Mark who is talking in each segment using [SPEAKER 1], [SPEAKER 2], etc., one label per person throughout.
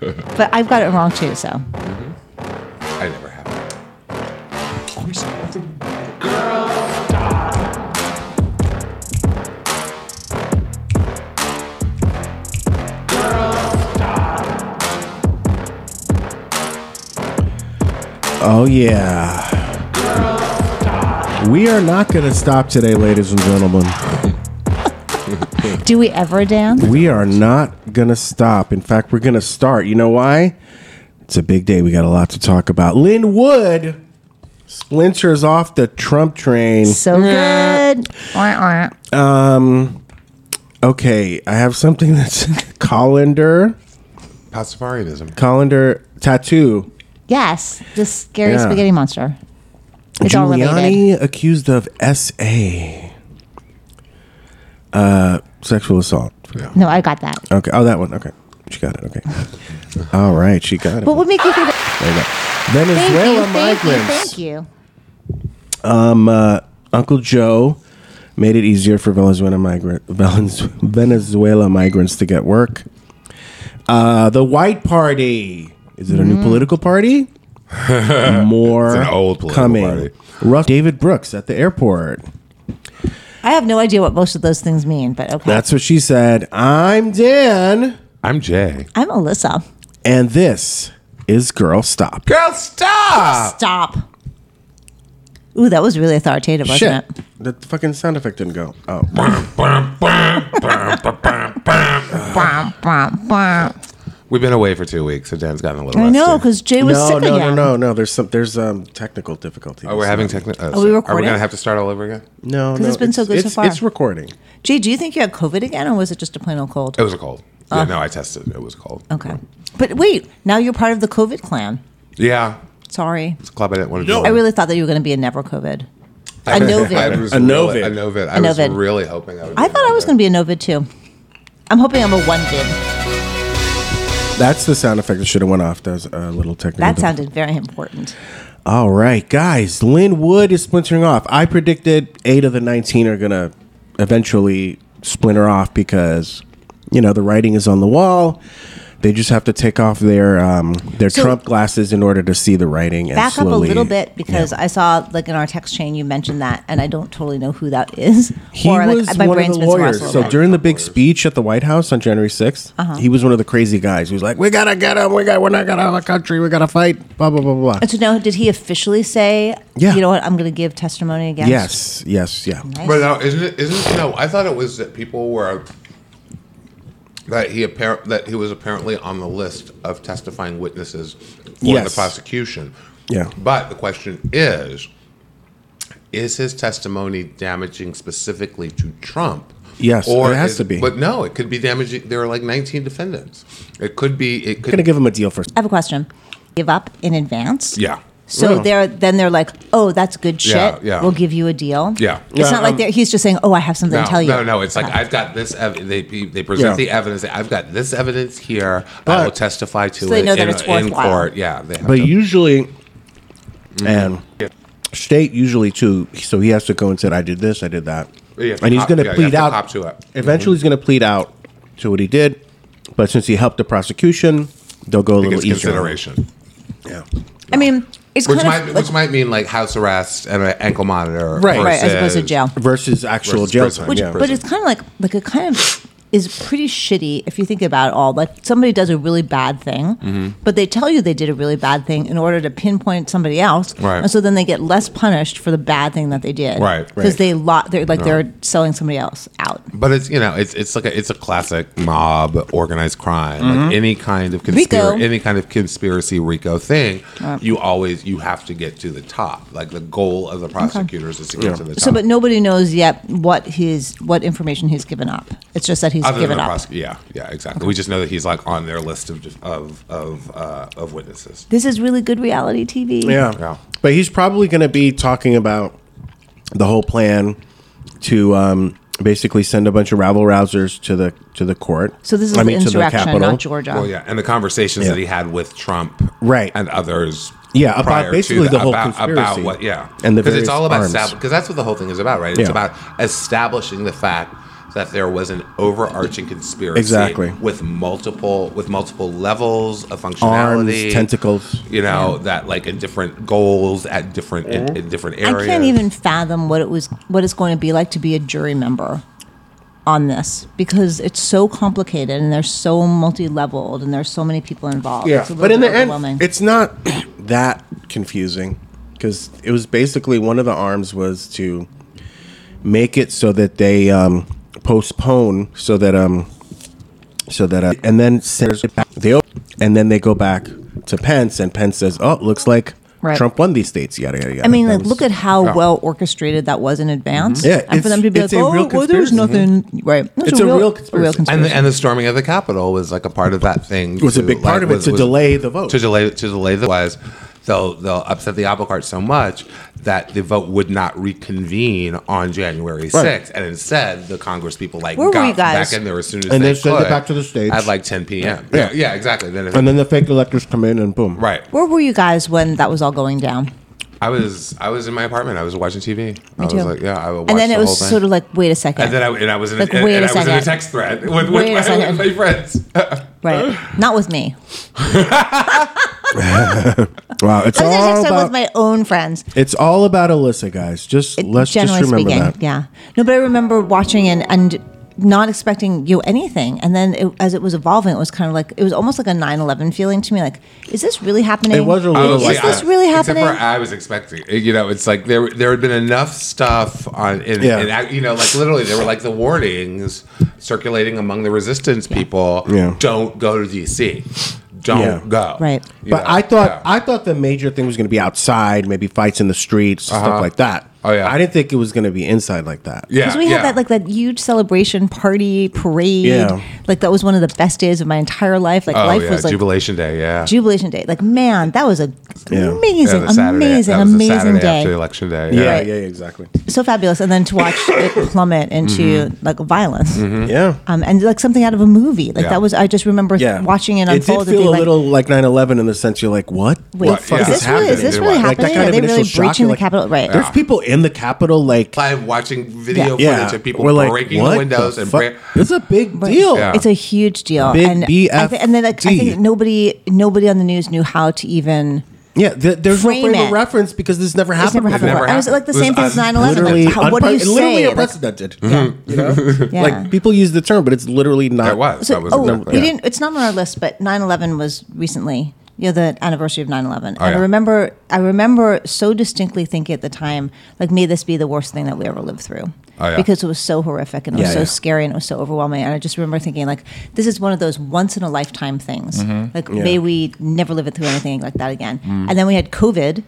[SPEAKER 1] But I've got it wrong too, so.
[SPEAKER 2] I never have.
[SPEAKER 3] Oh, yeah. We are not going to stop today, ladies and gentlemen.
[SPEAKER 1] Do we ever, Dan?
[SPEAKER 3] We are not going to stop. In fact, we're going to start. You know why? It's a big day. We got a lot to talk about. Lynn Wood splinters off the Trump train.
[SPEAKER 1] So good. Wah, wah.
[SPEAKER 3] Okay, I have something that's colander,
[SPEAKER 2] Pastafarianism.
[SPEAKER 3] colander tattoo.
[SPEAKER 1] Yes, this scary
[SPEAKER 3] Yeah.
[SPEAKER 1] spaghetti monster. It's all related.
[SPEAKER 3] Giuliani accused of SA. Uh, sexual assault.
[SPEAKER 1] No, I got that.
[SPEAKER 3] Okay. Oh, that one. Okay. She got it. Okay. All right. She got it.
[SPEAKER 1] What would make you think that?
[SPEAKER 3] There you
[SPEAKER 1] Thank
[SPEAKER 3] go. Venezuela
[SPEAKER 1] you, thank you,
[SPEAKER 3] migrants.
[SPEAKER 1] thank you.
[SPEAKER 3] Uncle Joe made it easier for Venezuela migrant Venez- Venezuela migrants to get work. Uh, the White Party is it a
[SPEAKER 1] Mm-hmm.
[SPEAKER 3] new political party? More
[SPEAKER 2] It's an old political
[SPEAKER 3] coming.
[SPEAKER 2] party.
[SPEAKER 3] Rough David Brooks at the airport.
[SPEAKER 1] I have no idea what most of those things mean, but okay.
[SPEAKER 3] That's what she said. I'm Dan,
[SPEAKER 2] I'm Jay.
[SPEAKER 1] I'm Alyssa.
[SPEAKER 3] and this is Girl Stop.
[SPEAKER 2] Girl, stop!
[SPEAKER 1] Stop. Ooh, that was really authoritative, wasn't
[SPEAKER 3] Shit,
[SPEAKER 1] it?
[SPEAKER 3] the fucking sound effect didn't go. Oh,
[SPEAKER 1] Bum, bum, bum.
[SPEAKER 2] We've been away for two weeks, so Dan's gotten a little
[SPEAKER 1] I
[SPEAKER 2] rusty.
[SPEAKER 1] know, because Jay was
[SPEAKER 3] no,
[SPEAKER 1] sick
[SPEAKER 3] no, no,
[SPEAKER 1] again.
[SPEAKER 3] no, no. There's some. There's um technical difficulties.
[SPEAKER 2] Oh, we're having technical.
[SPEAKER 1] Are we
[SPEAKER 2] Are we
[SPEAKER 1] recording?
[SPEAKER 2] going to have to start all over again?
[SPEAKER 3] no,
[SPEAKER 1] 'Cause
[SPEAKER 3] no,
[SPEAKER 1] it's been so good so
[SPEAKER 3] it's-
[SPEAKER 1] far.
[SPEAKER 3] It's recording.
[SPEAKER 1] Jay, do you think you had COVID again, or was it just a plain old cold?
[SPEAKER 2] It was a cold. yeah, no, I tested. It was cold.
[SPEAKER 1] Oh. Okay. But wait, now you're part of the COVID clan.
[SPEAKER 2] Yeah.
[SPEAKER 1] Sorry.
[SPEAKER 2] It's a club I didn't want to join.
[SPEAKER 1] I really thought that you were going to be a never COVID. A Novid.
[SPEAKER 2] I was
[SPEAKER 3] A
[SPEAKER 2] really-
[SPEAKER 3] Novid.
[SPEAKER 2] A Novid. I
[SPEAKER 1] A
[SPEAKER 2] was
[SPEAKER 1] Novid.
[SPEAKER 2] really hoping I would.
[SPEAKER 1] I thought I was going to be a Novid too. I'm hoping I'm a one vid.
[SPEAKER 3] That's the sound effect that should have went off. That was a little technical.
[SPEAKER 1] That
[SPEAKER 3] diff-
[SPEAKER 1] sounded very important.
[SPEAKER 3] All right, guys. Lynn Wood is splintering off. I predicted eight of the nineteen are gonna eventually splinter off because you know the writing is on the wall. They just have to take off their um, their
[SPEAKER 1] So-
[SPEAKER 3] Trump glasses in order to see the writing. And
[SPEAKER 1] Back
[SPEAKER 3] slowly,
[SPEAKER 1] up a little bit because I saw like in our text chain you mentioned that, and I don't totally know who that is.
[SPEAKER 3] He was
[SPEAKER 1] my
[SPEAKER 3] one of
[SPEAKER 1] brain's
[SPEAKER 3] the
[SPEAKER 1] been somewhere else
[SPEAKER 3] lawyers.
[SPEAKER 1] a
[SPEAKER 3] So
[SPEAKER 1] little bit.
[SPEAKER 3] during the big speech at the White House on January 6th, he was one of the crazy guys. He was like, "We gotta get him. We got. We're not gonna have a country. We gotta fight." Blah blah blah blah.
[SPEAKER 1] And so now, did he officially say,
[SPEAKER 3] Yeah.
[SPEAKER 1] you know what, I'm going to give testimony against?
[SPEAKER 3] Yes, yes, yeah.
[SPEAKER 2] But uh, no, isn't it? Isn't no? I thought it was that people were that he appar- that he was apparently on the list of testifying witnesses for
[SPEAKER 3] Yes.
[SPEAKER 2] the prosecution.
[SPEAKER 3] Yeah.
[SPEAKER 2] But the question is, is his testimony damaging specifically to Trump?
[SPEAKER 3] Yes, it has
[SPEAKER 2] is-
[SPEAKER 3] to be.
[SPEAKER 2] But no, it could be damaging. There are like 19 defendants. It could be. It
[SPEAKER 3] Gonna
[SPEAKER 2] could.
[SPEAKER 3] give him a deal first.
[SPEAKER 1] I have a question. Give up in advance?
[SPEAKER 2] Yeah.
[SPEAKER 1] So
[SPEAKER 3] Yeah.
[SPEAKER 1] they're then they're like, oh, that's good shit.
[SPEAKER 2] Yeah, yeah.
[SPEAKER 1] We'll give you a deal.
[SPEAKER 2] Yeah. Um,
[SPEAKER 1] It's not like they're, he's just saying, oh, I have something
[SPEAKER 2] No,
[SPEAKER 1] to tell you.
[SPEAKER 2] no, no. It's like I've got this. Ev- they they present
[SPEAKER 3] Yeah.
[SPEAKER 2] the evidence. I've got this evidence here. I
[SPEAKER 3] But-
[SPEAKER 2] will testify to
[SPEAKER 1] So they
[SPEAKER 2] it
[SPEAKER 1] know that
[SPEAKER 2] in,
[SPEAKER 1] it's
[SPEAKER 2] in
[SPEAKER 1] worthwhile.
[SPEAKER 2] court. Yeah, they have
[SPEAKER 3] But
[SPEAKER 2] to-
[SPEAKER 3] usually, and state usually too. So he has to go and said, "I did this. I did that,"
[SPEAKER 2] Yeah,
[SPEAKER 3] and he's
[SPEAKER 2] cop-
[SPEAKER 3] gonna
[SPEAKER 2] yeah, you
[SPEAKER 3] plead
[SPEAKER 2] have to
[SPEAKER 3] out.
[SPEAKER 2] cop to it.
[SPEAKER 3] Eventually, he's gonna plead out to what he did. But since he helped the prosecution, they'll go a
[SPEAKER 2] it
[SPEAKER 3] little
[SPEAKER 2] gets
[SPEAKER 3] easier.
[SPEAKER 2] consideration,
[SPEAKER 3] Yeah.
[SPEAKER 1] I mean, it's
[SPEAKER 2] which
[SPEAKER 1] kind
[SPEAKER 2] might
[SPEAKER 1] of
[SPEAKER 2] which might mean like house arrest and an ankle monitor,
[SPEAKER 3] Right.
[SPEAKER 1] right as opposed to
[SPEAKER 2] versus-
[SPEAKER 1] jail.
[SPEAKER 3] Versus actual
[SPEAKER 2] Versus
[SPEAKER 3] jail
[SPEAKER 2] prison.
[SPEAKER 3] time.
[SPEAKER 1] Which,
[SPEAKER 3] yeah.
[SPEAKER 1] but it's kind of like like it kind of is pretty shitty if you think about it all. Like somebody does a really bad thing, but they tell you they did a really bad thing in order to pinpoint somebody else,
[SPEAKER 2] Right.
[SPEAKER 1] and so then they get less punished for the bad thing that they did,
[SPEAKER 2] Right,
[SPEAKER 1] Because
[SPEAKER 3] right.
[SPEAKER 1] they lo- they're like they're selling somebody else out.
[SPEAKER 2] But it's you know it's it's like a, it's a classic mob organized crime, like any kind of
[SPEAKER 1] Mm-hmm. Rico.
[SPEAKER 2] conspiracy, any kind of conspiracy Rico thing. You always you have to get to the top. Like the goal of the prosecutors is to get to the top.
[SPEAKER 1] So, but nobody knows yet what his what information he's given up. It's just that he's
[SPEAKER 2] Other than
[SPEAKER 1] given
[SPEAKER 2] the
[SPEAKER 1] up.
[SPEAKER 2] prosec- yeah, yeah, exactly. We just know that he's like on their list of of of, uh, of witnesses.
[SPEAKER 1] this is really good reality TV.
[SPEAKER 3] Yeah.
[SPEAKER 2] Yeah.
[SPEAKER 3] But he's probably going to be talking about the whole plan to um, basically send a bunch of rabble rousers to the to the court.
[SPEAKER 1] So this is
[SPEAKER 3] I
[SPEAKER 1] the
[SPEAKER 3] mean, to
[SPEAKER 1] insurrection,
[SPEAKER 3] Capitol.
[SPEAKER 1] not Georgia.
[SPEAKER 2] Well, yeah, and the conversations
[SPEAKER 3] Yeah.
[SPEAKER 2] that he had with Trump,
[SPEAKER 3] Right.
[SPEAKER 2] and others,
[SPEAKER 3] Yeah, about
[SPEAKER 2] prior to
[SPEAKER 3] basically the whole
[SPEAKER 2] about,
[SPEAKER 3] conspiracy
[SPEAKER 2] about what, yeah,
[SPEAKER 3] and the
[SPEAKER 2] because it's
[SPEAKER 3] various
[SPEAKER 2] all about
[SPEAKER 3] arms.
[SPEAKER 2] because that's what the whole thing is about, right? It's
[SPEAKER 3] Yeah.
[SPEAKER 2] about establishing the fact that there was an overarching conspiracy
[SPEAKER 3] Exactly.
[SPEAKER 2] with multiple with multiple levels of
[SPEAKER 3] Arms,
[SPEAKER 2] functionality,
[SPEAKER 3] tentacles.
[SPEAKER 2] you know, that like in different goals at different in, in different areas.
[SPEAKER 1] I can't even fathom what it was, what it's going to be like to be a jury member on this because it's so complicated and they're so multi-leveled and there's so many people involved. It's a little
[SPEAKER 3] but in
[SPEAKER 1] bit
[SPEAKER 3] the end,
[SPEAKER 1] overwhelming.
[SPEAKER 3] it's not that confusing because it was basically one of the arms was to make it so that they um, postpone so that um so that uh, and then sends it back they op- and then they go back to Pence and Pence says, "Oh, looks like
[SPEAKER 1] Right.
[SPEAKER 3] Trump won these states." Yada yada yada.
[SPEAKER 1] I mean,
[SPEAKER 3] That
[SPEAKER 1] like,
[SPEAKER 3] was-
[SPEAKER 1] look at how well orchestrated that was in advance.
[SPEAKER 3] Yeah,
[SPEAKER 1] and for
[SPEAKER 3] it's-
[SPEAKER 1] them to be
[SPEAKER 3] it's
[SPEAKER 1] like,
[SPEAKER 3] a
[SPEAKER 1] "Oh,
[SPEAKER 3] real
[SPEAKER 1] well, there's
[SPEAKER 3] conspiracy.
[SPEAKER 1] nothing." Right? It was
[SPEAKER 3] It's a real conspiracy.
[SPEAKER 2] and the, and the storming of the Capitol was like a part of that thing. It
[SPEAKER 3] was a big part of it to delay the vote.
[SPEAKER 2] To delay to delay the was they'll they'll upset the apple cart so much that the vote would not reconvene on January
[SPEAKER 3] Right.
[SPEAKER 2] sixth, and instead the Congress people like
[SPEAKER 1] Where were
[SPEAKER 2] got
[SPEAKER 1] you guys?
[SPEAKER 2] back in there as soon as
[SPEAKER 3] And
[SPEAKER 2] they
[SPEAKER 3] then send it
[SPEAKER 2] could
[SPEAKER 3] back to the States.
[SPEAKER 2] at like ten p.m.
[SPEAKER 3] Yeah.
[SPEAKER 2] Yeah, yeah, exactly. Then if,
[SPEAKER 3] and then the fake electors come in and boom.
[SPEAKER 2] right,
[SPEAKER 1] Where were you guys when that was all going down?
[SPEAKER 2] I was I was in my apartment. I was watching TV. I
[SPEAKER 1] too.
[SPEAKER 2] was like, yeah, I would watch
[SPEAKER 1] And then
[SPEAKER 2] the
[SPEAKER 1] it
[SPEAKER 2] whole
[SPEAKER 1] was
[SPEAKER 2] thing.
[SPEAKER 1] sort of like, "Wait a second.
[SPEAKER 2] and then I, and I was in
[SPEAKER 1] Like,
[SPEAKER 2] a, and,
[SPEAKER 1] wait a
[SPEAKER 2] and I was in a
[SPEAKER 1] second.
[SPEAKER 2] text thread with, with,
[SPEAKER 1] Wait a
[SPEAKER 2] my,
[SPEAKER 1] second.
[SPEAKER 2] with my friends.
[SPEAKER 1] right? Not with me.
[SPEAKER 3] Wow, it's
[SPEAKER 1] I was
[SPEAKER 3] all
[SPEAKER 1] actually
[SPEAKER 3] about
[SPEAKER 1] with my own friends.
[SPEAKER 3] it's all about Alyssa, guys. Just let's just
[SPEAKER 1] generally
[SPEAKER 3] remember
[SPEAKER 1] speaking,
[SPEAKER 3] that.
[SPEAKER 1] yeah. No, but I remember watching and and not expecting you know, anything, and then it, as it was evolving, it was kind of like it was almost like a 9-11 feeling to me. Like, is this really happening?
[SPEAKER 3] It was a
[SPEAKER 2] I
[SPEAKER 3] little
[SPEAKER 2] was
[SPEAKER 1] Is
[SPEAKER 3] like
[SPEAKER 2] like,
[SPEAKER 1] this
[SPEAKER 2] I-
[SPEAKER 1] really
[SPEAKER 2] except for uh,
[SPEAKER 1] happening?
[SPEAKER 2] I was expecting. You know, it's like there there had been enough stuff on. In,
[SPEAKER 3] Yeah.
[SPEAKER 2] in act- you know, like literally, there were like the warnings circulating among the resistance people.
[SPEAKER 3] Yeah.
[SPEAKER 2] Don't go to DC. Don't
[SPEAKER 3] Yeah.
[SPEAKER 2] go.
[SPEAKER 1] Right.
[SPEAKER 2] You
[SPEAKER 3] But
[SPEAKER 2] know,
[SPEAKER 3] I thought
[SPEAKER 2] yeah.
[SPEAKER 3] I thought the major thing was going to be outside, maybe fights in the streets, stuff like that.
[SPEAKER 2] Oh, yeah.
[SPEAKER 3] I didn't think it was going to be inside like that.
[SPEAKER 2] Yeah,
[SPEAKER 1] Because we
[SPEAKER 2] yeah.
[SPEAKER 1] had that like that huge celebration party parade.
[SPEAKER 3] Yeah.
[SPEAKER 1] Like that was one of the best days of my entire life. Like
[SPEAKER 2] Oh,
[SPEAKER 1] life
[SPEAKER 2] yeah,
[SPEAKER 1] was like
[SPEAKER 2] Jubilation Day. Yeah.
[SPEAKER 1] Jubilation Day. Like man, that was a
[SPEAKER 3] Yeah.
[SPEAKER 1] amazing,
[SPEAKER 2] Yeah, the Saturday-
[SPEAKER 1] amazing,
[SPEAKER 2] that was the
[SPEAKER 1] amazing
[SPEAKER 2] Saturday
[SPEAKER 1] day.
[SPEAKER 2] after election day.
[SPEAKER 3] Yeah,
[SPEAKER 1] Right.
[SPEAKER 3] yeah, exactly.
[SPEAKER 1] So fabulous. And then to watch it plummet into
[SPEAKER 3] Mm-hmm.
[SPEAKER 1] like violence.
[SPEAKER 2] Mm-hmm.
[SPEAKER 3] Yeah.
[SPEAKER 1] Um, and like something out of a movie. Like
[SPEAKER 2] Yeah.
[SPEAKER 1] that was I just remember
[SPEAKER 3] Yeah.
[SPEAKER 1] watching it
[SPEAKER 3] It
[SPEAKER 1] unfold. and
[SPEAKER 3] did feel
[SPEAKER 1] being
[SPEAKER 3] a
[SPEAKER 1] like,
[SPEAKER 3] little like 9-11 in the sense you're like, what?
[SPEAKER 1] Wait,
[SPEAKER 2] What?
[SPEAKER 1] fuck,
[SPEAKER 2] Yeah.
[SPEAKER 1] is this really is this
[SPEAKER 2] Happening.
[SPEAKER 1] really
[SPEAKER 2] Like,
[SPEAKER 3] that
[SPEAKER 1] happening?
[SPEAKER 3] kind
[SPEAKER 1] Are
[SPEAKER 3] of
[SPEAKER 1] they
[SPEAKER 3] initial
[SPEAKER 1] really
[SPEAKER 3] shock,
[SPEAKER 1] breaching
[SPEAKER 3] you're
[SPEAKER 1] the
[SPEAKER 3] like,
[SPEAKER 1] Capitol? Right.
[SPEAKER 3] There's people in the Capitol like,
[SPEAKER 2] Live watching video
[SPEAKER 3] yeah,
[SPEAKER 2] footage of people
[SPEAKER 3] we're like,
[SPEAKER 2] breaking
[SPEAKER 3] what
[SPEAKER 2] the windows and
[SPEAKER 3] fuck?
[SPEAKER 2] break.
[SPEAKER 3] It's a big deal.
[SPEAKER 2] Yeah.
[SPEAKER 1] It's a huge deal.
[SPEAKER 3] Big
[SPEAKER 1] and I thi- and then like, I
[SPEAKER 3] BFD.
[SPEAKER 1] think nobody nobody on the news knew how to even
[SPEAKER 3] Yeah, th- there's
[SPEAKER 1] Frame
[SPEAKER 3] no frame of
[SPEAKER 1] it.
[SPEAKER 3] reference because this never
[SPEAKER 1] it's
[SPEAKER 3] happened.
[SPEAKER 1] never happened.
[SPEAKER 2] never
[SPEAKER 1] before. I was like the
[SPEAKER 2] happened.
[SPEAKER 1] same
[SPEAKER 2] It
[SPEAKER 1] thing
[SPEAKER 2] was
[SPEAKER 1] as 9-11.
[SPEAKER 3] Literally,
[SPEAKER 1] Like, how, what do you
[SPEAKER 3] unpre- literally
[SPEAKER 1] say? Like,
[SPEAKER 3] unprecedented.
[SPEAKER 1] yeah.
[SPEAKER 2] Mm-hmm.
[SPEAKER 1] Yeah.
[SPEAKER 3] Like people use the term, but it's literally not.
[SPEAKER 2] That was.
[SPEAKER 1] So,
[SPEAKER 2] that was
[SPEAKER 1] oh,
[SPEAKER 2] exactly-
[SPEAKER 1] we didn't. It's not on our list, but 9/11 was recently. You know, the anniversary of 9/11. and I
[SPEAKER 2] Oh, yeah.
[SPEAKER 1] remember, I remember so distinctly thinking at the time, like, may this be the worst thing that we ever lived through,
[SPEAKER 2] Oh, yeah.
[SPEAKER 1] because it was so horrific and it was
[SPEAKER 3] Yeah,
[SPEAKER 1] so
[SPEAKER 3] yeah.
[SPEAKER 1] scary and it was so overwhelming. And I just remember thinking, like, this is one of those once in a lifetime things.
[SPEAKER 2] Mm-hmm.
[SPEAKER 1] Like, may we never live it through anything like that again. And then we had COVID.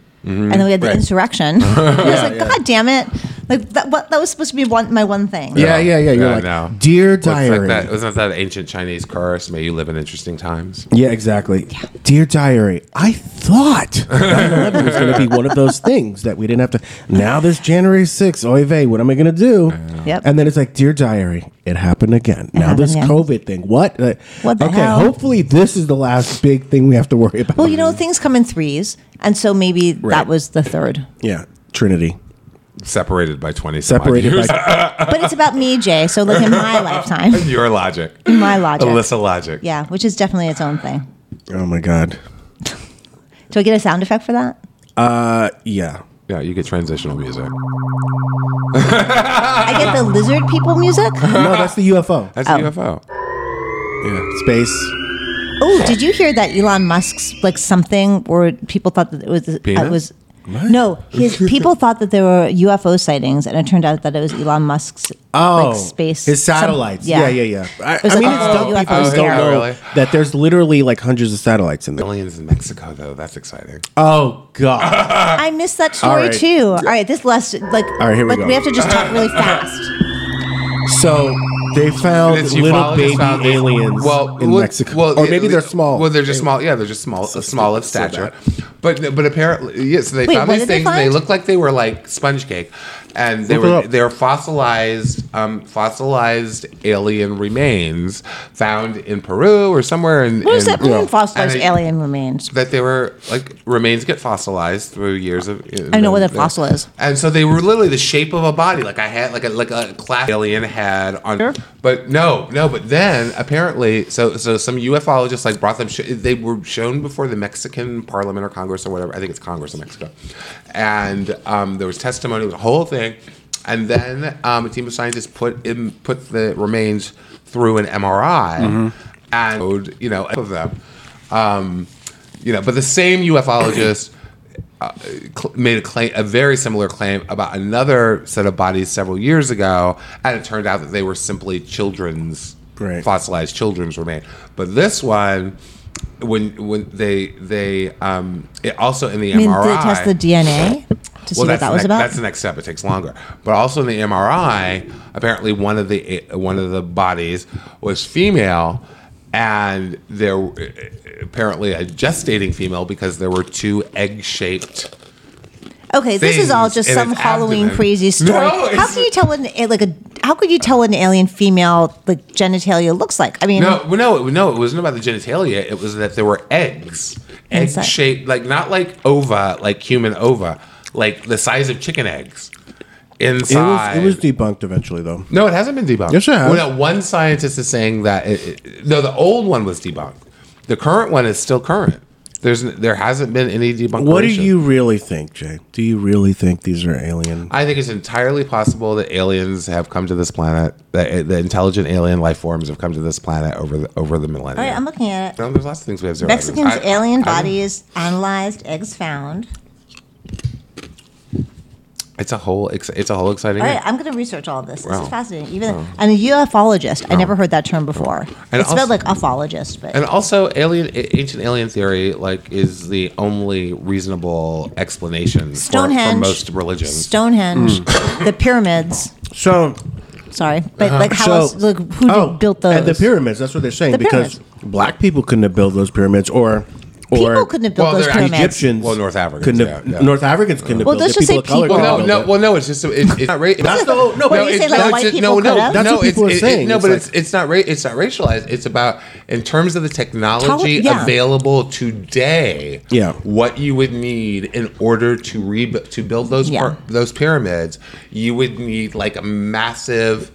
[SPEAKER 1] And
[SPEAKER 2] Mm-hmm.
[SPEAKER 1] then we had the
[SPEAKER 3] Right.
[SPEAKER 1] insurrection. I was like, God damn it! Like that, what, that was supposed to be one, my one thing.
[SPEAKER 3] Yeah, yeah, yeah. You're
[SPEAKER 2] Yeah,
[SPEAKER 3] like,
[SPEAKER 2] no.
[SPEAKER 3] dear
[SPEAKER 2] What's
[SPEAKER 3] diary.
[SPEAKER 2] Like that, wasn't that ancient Chinese curse? May you live in interesting times.
[SPEAKER 3] Yeah, exactly. Dear diary, I thought 9/11 was going to be one of those things that we didn't have to. Now this January 6th, oy vey, what am I going to do?
[SPEAKER 1] Yep.
[SPEAKER 3] And then it's like, dear diary, it happened again. now
[SPEAKER 1] happened
[SPEAKER 3] this
[SPEAKER 1] again.
[SPEAKER 3] COVID thing, what? Uh,
[SPEAKER 1] What the
[SPEAKER 3] okay,
[SPEAKER 1] hell?
[SPEAKER 3] hopefully this is the last big thing we have to worry about.
[SPEAKER 1] Well, you know, things come in threes, and so maybe that
[SPEAKER 3] Right.
[SPEAKER 1] was the third.
[SPEAKER 3] yeah, Trinity
[SPEAKER 2] Separated by twenty. some odd
[SPEAKER 3] separated
[SPEAKER 2] years.
[SPEAKER 3] by.
[SPEAKER 1] But it's about me, Jay. So like in my lifetime,
[SPEAKER 2] Your logic.
[SPEAKER 1] my logic,
[SPEAKER 2] Alyssa logic.
[SPEAKER 1] yeah, which is definitely its own thing.
[SPEAKER 3] Oh my God.
[SPEAKER 1] Do I get a sound effect for that?
[SPEAKER 3] Yeah.
[SPEAKER 2] Yeah, you get transitional music.
[SPEAKER 1] I get the lizard people music.
[SPEAKER 3] No, that's the UFO.
[SPEAKER 2] That's a UFO.
[SPEAKER 3] yeah. Space.
[SPEAKER 1] Oh, did you hear that Elon Musk's like something where people thought that it was
[SPEAKER 2] Penis?
[SPEAKER 1] it was no, his people thought that there were UFO sightings, and it turned out that it was Elon Musk's
[SPEAKER 3] Oh,
[SPEAKER 1] like space
[SPEAKER 3] His
[SPEAKER 1] some-
[SPEAKER 3] satellites. yeah. yeah, yeah, I,
[SPEAKER 1] was
[SPEAKER 3] I
[SPEAKER 1] like, oh,
[SPEAKER 3] mean, it's dumb.
[SPEAKER 1] UFOs
[SPEAKER 3] People just
[SPEAKER 1] there.
[SPEAKER 3] don't know
[SPEAKER 2] Really?
[SPEAKER 3] that there's literally like hundreds of satellites in there.
[SPEAKER 2] Aliens in Mexico, though. That's exciting.
[SPEAKER 3] Oh God!
[SPEAKER 1] I missed that story
[SPEAKER 3] right.
[SPEAKER 1] too. All right, this last like all
[SPEAKER 3] right, here we
[SPEAKER 1] like,
[SPEAKER 3] go.
[SPEAKER 1] We have to just talk really fast.
[SPEAKER 3] so they found
[SPEAKER 2] This
[SPEAKER 3] little
[SPEAKER 2] ufologist
[SPEAKER 3] baby
[SPEAKER 2] found these-
[SPEAKER 3] aliens in
[SPEAKER 2] well,
[SPEAKER 3] Mexico,
[SPEAKER 2] well,
[SPEAKER 3] or
[SPEAKER 2] yeah,
[SPEAKER 3] maybe they're small.
[SPEAKER 2] Well, they're just small. Yeah, they're just small, small of
[SPEAKER 3] so
[SPEAKER 2] stature. But but apparently, yes, they
[SPEAKER 1] Wait,
[SPEAKER 2] found
[SPEAKER 1] what
[SPEAKER 2] these
[SPEAKER 1] did they
[SPEAKER 2] things. They
[SPEAKER 1] find?
[SPEAKER 2] looked like they were like sponge cake. and they
[SPEAKER 3] Look it
[SPEAKER 2] were
[SPEAKER 3] up.
[SPEAKER 2] they were fossilized um, fossilized alien remains found in Peru or somewhere in.
[SPEAKER 1] What does
[SPEAKER 2] in-
[SPEAKER 1] that mean? Fossilized
[SPEAKER 2] And I-
[SPEAKER 1] alien remains.
[SPEAKER 2] that they were like remains get fossilized through years of.
[SPEAKER 1] I know what a fossil is.
[SPEAKER 2] And so they were literally the shape of a body, like I had, like a like a class alien had on.
[SPEAKER 1] Sure.
[SPEAKER 2] But no, no. But then apparently, so so some ufologists like brought them. Sh- they were shown before the Mexican Parliament or Congress or whatever. I think it's Congress in Mexico, and um, there was testimony. It was a whole thing. And then um, a team of scientists put in put the remains through an MRI, and you know of them. Um, you know, but the same ufologist uh, cl- made a claim, a very similar claim about another set of bodies several years ago, and it turned out that they were simply children's
[SPEAKER 3] Right.
[SPEAKER 2] fossilized children's remain. But this one, when when they they um, it also in the
[SPEAKER 1] I mean,
[SPEAKER 2] MRI,
[SPEAKER 1] did they test the DNA to see what
[SPEAKER 2] that's
[SPEAKER 1] that
[SPEAKER 2] the
[SPEAKER 1] was
[SPEAKER 2] next,
[SPEAKER 1] about?
[SPEAKER 2] That's the next step. It takes longer. But also in the MRI, apparently one of the one of the bodies was female, and there apparently a gestating female because there were two egg shaped.
[SPEAKER 1] okay, this is all just
[SPEAKER 2] things in
[SPEAKER 1] some
[SPEAKER 2] its
[SPEAKER 1] Halloween
[SPEAKER 2] abdomen.
[SPEAKER 1] crazy story.
[SPEAKER 2] No,
[SPEAKER 1] how
[SPEAKER 2] it's-
[SPEAKER 1] can you tell an a- like a how could you tell an alien female like genitalia looks like? I mean,
[SPEAKER 2] No,
[SPEAKER 3] Mm-hmm.
[SPEAKER 2] well, no, it- no. It wasn't about the genitalia. It was that there were eggs, egg
[SPEAKER 1] Inside.
[SPEAKER 2] shaped, like not like ova, like human ova, like the size of chicken eggs.
[SPEAKER 3] It was,
[SPEAKER 2] Inside,
[SPEAKER 3] it was debunked eventually, though.
[SPEAKER 2] No, it hasn't been debunked.
[SPEAKER 3] Yes, it has.
[SPEAKER 2] Well, no, one scientist is saying that. It, it- no, the old one was debunked. The current one is still current. There's n- there hasn't been any debunking.
[SPEAKER 3] What do you really think, Jay? Do you really think these are alien?
[SPEAKER 2] I think it's entirely possible that aliens have come to this planet. That the intelligent alien life forms have come to this planet over the over the millennia.
[SPEAKER 1] all right, I'm looking at it.
[SPEAKER 2] no, there's lots of things we have zero.
[SPEAKER 1] Mexicans'
[SPEAKER 2] evidence. I-
[SPEAKER 1] alien
[SPEAKER 2] I-
[SPEAKER 1] bodies analyzed, eggs found.
[SPEAKER 2] It's a whole. ex- It's a whole exciting.
[SPEAKER 1] All
[SPEAKER 2] thing.
[SPEAKER 1] right, I'm going to research all this. This
[SPEAKER 2] Wow.
[SPEAKER 1] is fascinating. Even and a ufologist, I never heard that term before.
[SPEAKER 2] And
[SPEAKER 1] it's spelled
[SPEAKER 2] also-
[SPEAKER 1] like ufologist, but
[SPEAKER 2] And also, alien, a- ancient alien theory, like, is the only reasonable explanation for- for,
[SPEAKER 1] Stonehenge.
[SPEAKER 2] most religions.
[SPEAKER 1] Stonehenge,
[SPEAKER 2] Mm.
[SPEAKER 1] the pyramids.
[SPEAKER 3] So,
[SPEAKER 1] Sorry, but like how
[SPEAKER 3] So-
[SPEAKER 1] else? Like who did-
[SPEAKER 3] oh,
[SPEAKER 1] built those?
[SPEAKER 3] and the pyramids. That's what they're saying
[SPEAKER 1] The
[SPEAKER 3] because black people couldn't have built those pyramids, or or
[SPEAKER 1] People couldn't have built
[SPEAKER 2] Well,
[SPEAKER 1] those
[SPEAKER 2] they're
[SPEAKER 1] pyramids.
[SPEAKER 3] Egyptians.
[SPEAKER 2] Well, North Africans,
[SPEAKER 3] couldn't
[SPEAKER 2] yeah,
[SPEAKER 3] have,
[SPEAKER 2] yeah.
[SPEAKER 3] North Africans couldn't have
[SPEAKER 1] Well,
[SPEAKER 3] built
[SPEAKER 1] let's
[SPEAKER 3] it.
[SPEAKER 1] just say
[SPEAKER 3] People of color
[SPEAKER 1] people.
[SPEAKER 3] couldn't have
[SPEAKER 2] Well, no,
[SPEAKER 3] built
[SPEAKER 2] no,
[SPEAKER 3] it.
[SPEAKER 2] well, no. It's just it, it's not racial.
[SPEAKER 3] That's the whole- no,
[SPEAKER 1] When you
[SPEAKER 2] it's
[SPEAKER 1] say, like,
[SPEAKER 2] not-
[SPEAKER 1] white
[SPEAKER 2] it's-
[SPEAKER 1] people
[SPEAKER 2] no, no,
[SPEAKER 1] could've?
[SPEAKER 3] That's
[SPEAKER 2] no,
[SPEAKER 3] what people
[SPEAKER 2] it's,
[SPEAKER 3] are
[SPEAKER 2] it-
[SPEAKER 3] saying.
[SPEAKER 2] no,
[SPEAKER 3] It's
[SPEAKER 2] but
[SPEAKER 3] like-
[SPEAKER 2] it's it's not ra- it's not racialized. It's about in terms of the
[SPEAKER 1] Tele-
[SPEAKER 2] technology
[SPEAKER 1] yeah.
[SPEAKER 2] available today.
[SPEAKER 3] Yeah.
[SPEAKER 2] what you would need in order to re to build those
[SPEAKER 1] Yeah.
[SPEAKER 2] par- those pyramids, you would need like a massive.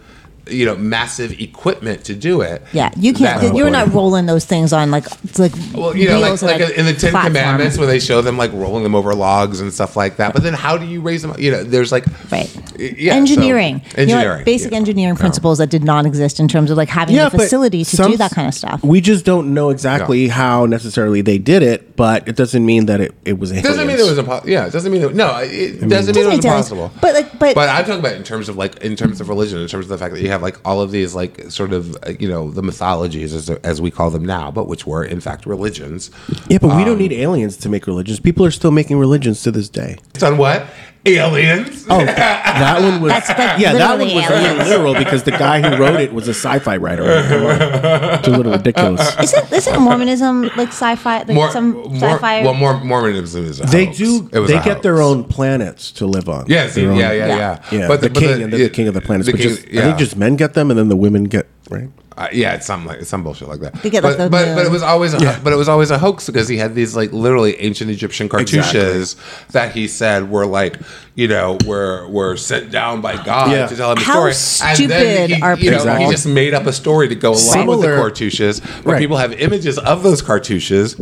[SPEAKER 2] You know, massive equipment to do it.
[SPEAKER 1] Yeah, you can't.
[SPEAKER 2] That-
[SPEAKER 1] you're not rolling those things on like it's like
[SPEAKER 2] well, you know, like,
[SPEAKER 1] wheels on
[SPEAKER 2] like
[SPEAKER 1] a
[SPEAKER 2] in the Ten
[SPEAKER 1] platform.
[SPEAKER 2] Commandments, where they show them like rolling them over logs and stuff like that. But then, how do you raise them? up? You know, there's like
[SPEAKER 1] Right.
[SPEAKER 2] Y- yeah, so-
[SPEAKER 1] engineering. You know what?
[SPEAKER 2] engineering,
[SPEAKER 1] basic
[SPEAKER 2] yeah. Uh-huh.
[SPEAKER 1] engineering
[SPEAKER 2] Yeah.
[SPEAKER 1] principles that did not exist in terms of like having the
[SPEAKER 3] but
[SPEAKER 1] facility to
[SPEAKER 3] some-
[SPEAKER 1] do that kind of stuff.
[SPEAKER 3] We just don't know exactly how necessarily they did it, but it doesn't mean that it, it was aliens.
[SPEAKER 2] Doesn't mean it was impossible. Yeah, it doesn't mean it, no. It doesn't mean it
[SPEAKER 1] Doesn't
[SPEAKER 2] was
[SPEAKER 1] tell-
[SPEAKER 2] impossible.
[SPEAKER 1] But like, but,
[SPEAKER 2] But I'm talking about in terms of like in terms of religion, in terms of the fact that you have like all of these like sort of uh, you know the mythologies as, as we call them now, but which were in fact religions.
[SPEAKER 3] yeah, but
[SPEAKER 2] Um,
[SPEAKER 3] we don't need aliens to make religions. People are still making religions to this day.
[SPEAKER 2] It's on what aliens.
[SPEAKER 3] Oh, that one was
[SPEAKER 1] That's, like,
[SPEAKER 3] yeah, that one
[SPEAKER 1] literally
[SPEAKER 3] was really
[SPEAKER 1] aliens.
[SPEAKER 3] literal because the guy who wrote it was a sci-fi writer. it's a little ridiculous.
[SPEAKER 1] isn't isn't Mormonism like sci-fi? Like
[SPEAKER 2] More,
[SPEAKER 1] some
[SPEAKER 2] more,
[SPEAKER 1] sci-fi.
[SPEAKER 2] well, more, Mormonism is a
[SPEAKER 3] They
[SPEAKER 2] hoax.
[SPEAKER 3] do.
[SPEAKER 2] It was
[SPEAKER 3] They
[SPEAKER 2] a
[SPEAKER 3] get their
[SPEAKER 2] hoax.
[SPEAKER 3] own planets to live on.
[SPEAKER 2] Yeah, see,
[SPEAKER 3] Their own-
[SPEAKER 2] yeah, yeah,
[SPEAKER 1] Yeah.
[SPEAKER 2] yeah,
[SPEAKER 3] yeah. the, king and then the king of the planets.
[SPEAKER 2] the
[SPEAKER 3] but
[SPEAKER 2] king-
[SPEAKER 3] just, I think just men get them, and then the women get right.
[SPEAKER 2] Uh, yeah, it's some like it's some bullshit like that.
[SPEAKER 1] They get, like,
[SPEAKER 2] but,
[SPEAKER 1] the
[SPEAKER 2] but, but it
[SPEAKER 1] moon.
[SPEAKER 2] was always a but it was always a hoax because he had these like literally ancient Egyptian cartouches that he said were like you know were were sent down by God
[SPEAKER 3] Yeah.
[SPEAKER 2] to tell him a
[SPEAKER 1] How
[SPEAKER 2] story.
[SPEAKER 1] stupid
[SPEAKER 2] he,
[SPEAKER 1] are
[SPEAKER 2] you know,
[SPEAKER 3] people?
[SPEAKER 2] he just made up a story to go along with the
[SPEAKER 3] Similar-
[SPEAKER 2] cartouches. But
[SPEAKER 3] Right.
[SPEAKER 2] people have images of those cartouches.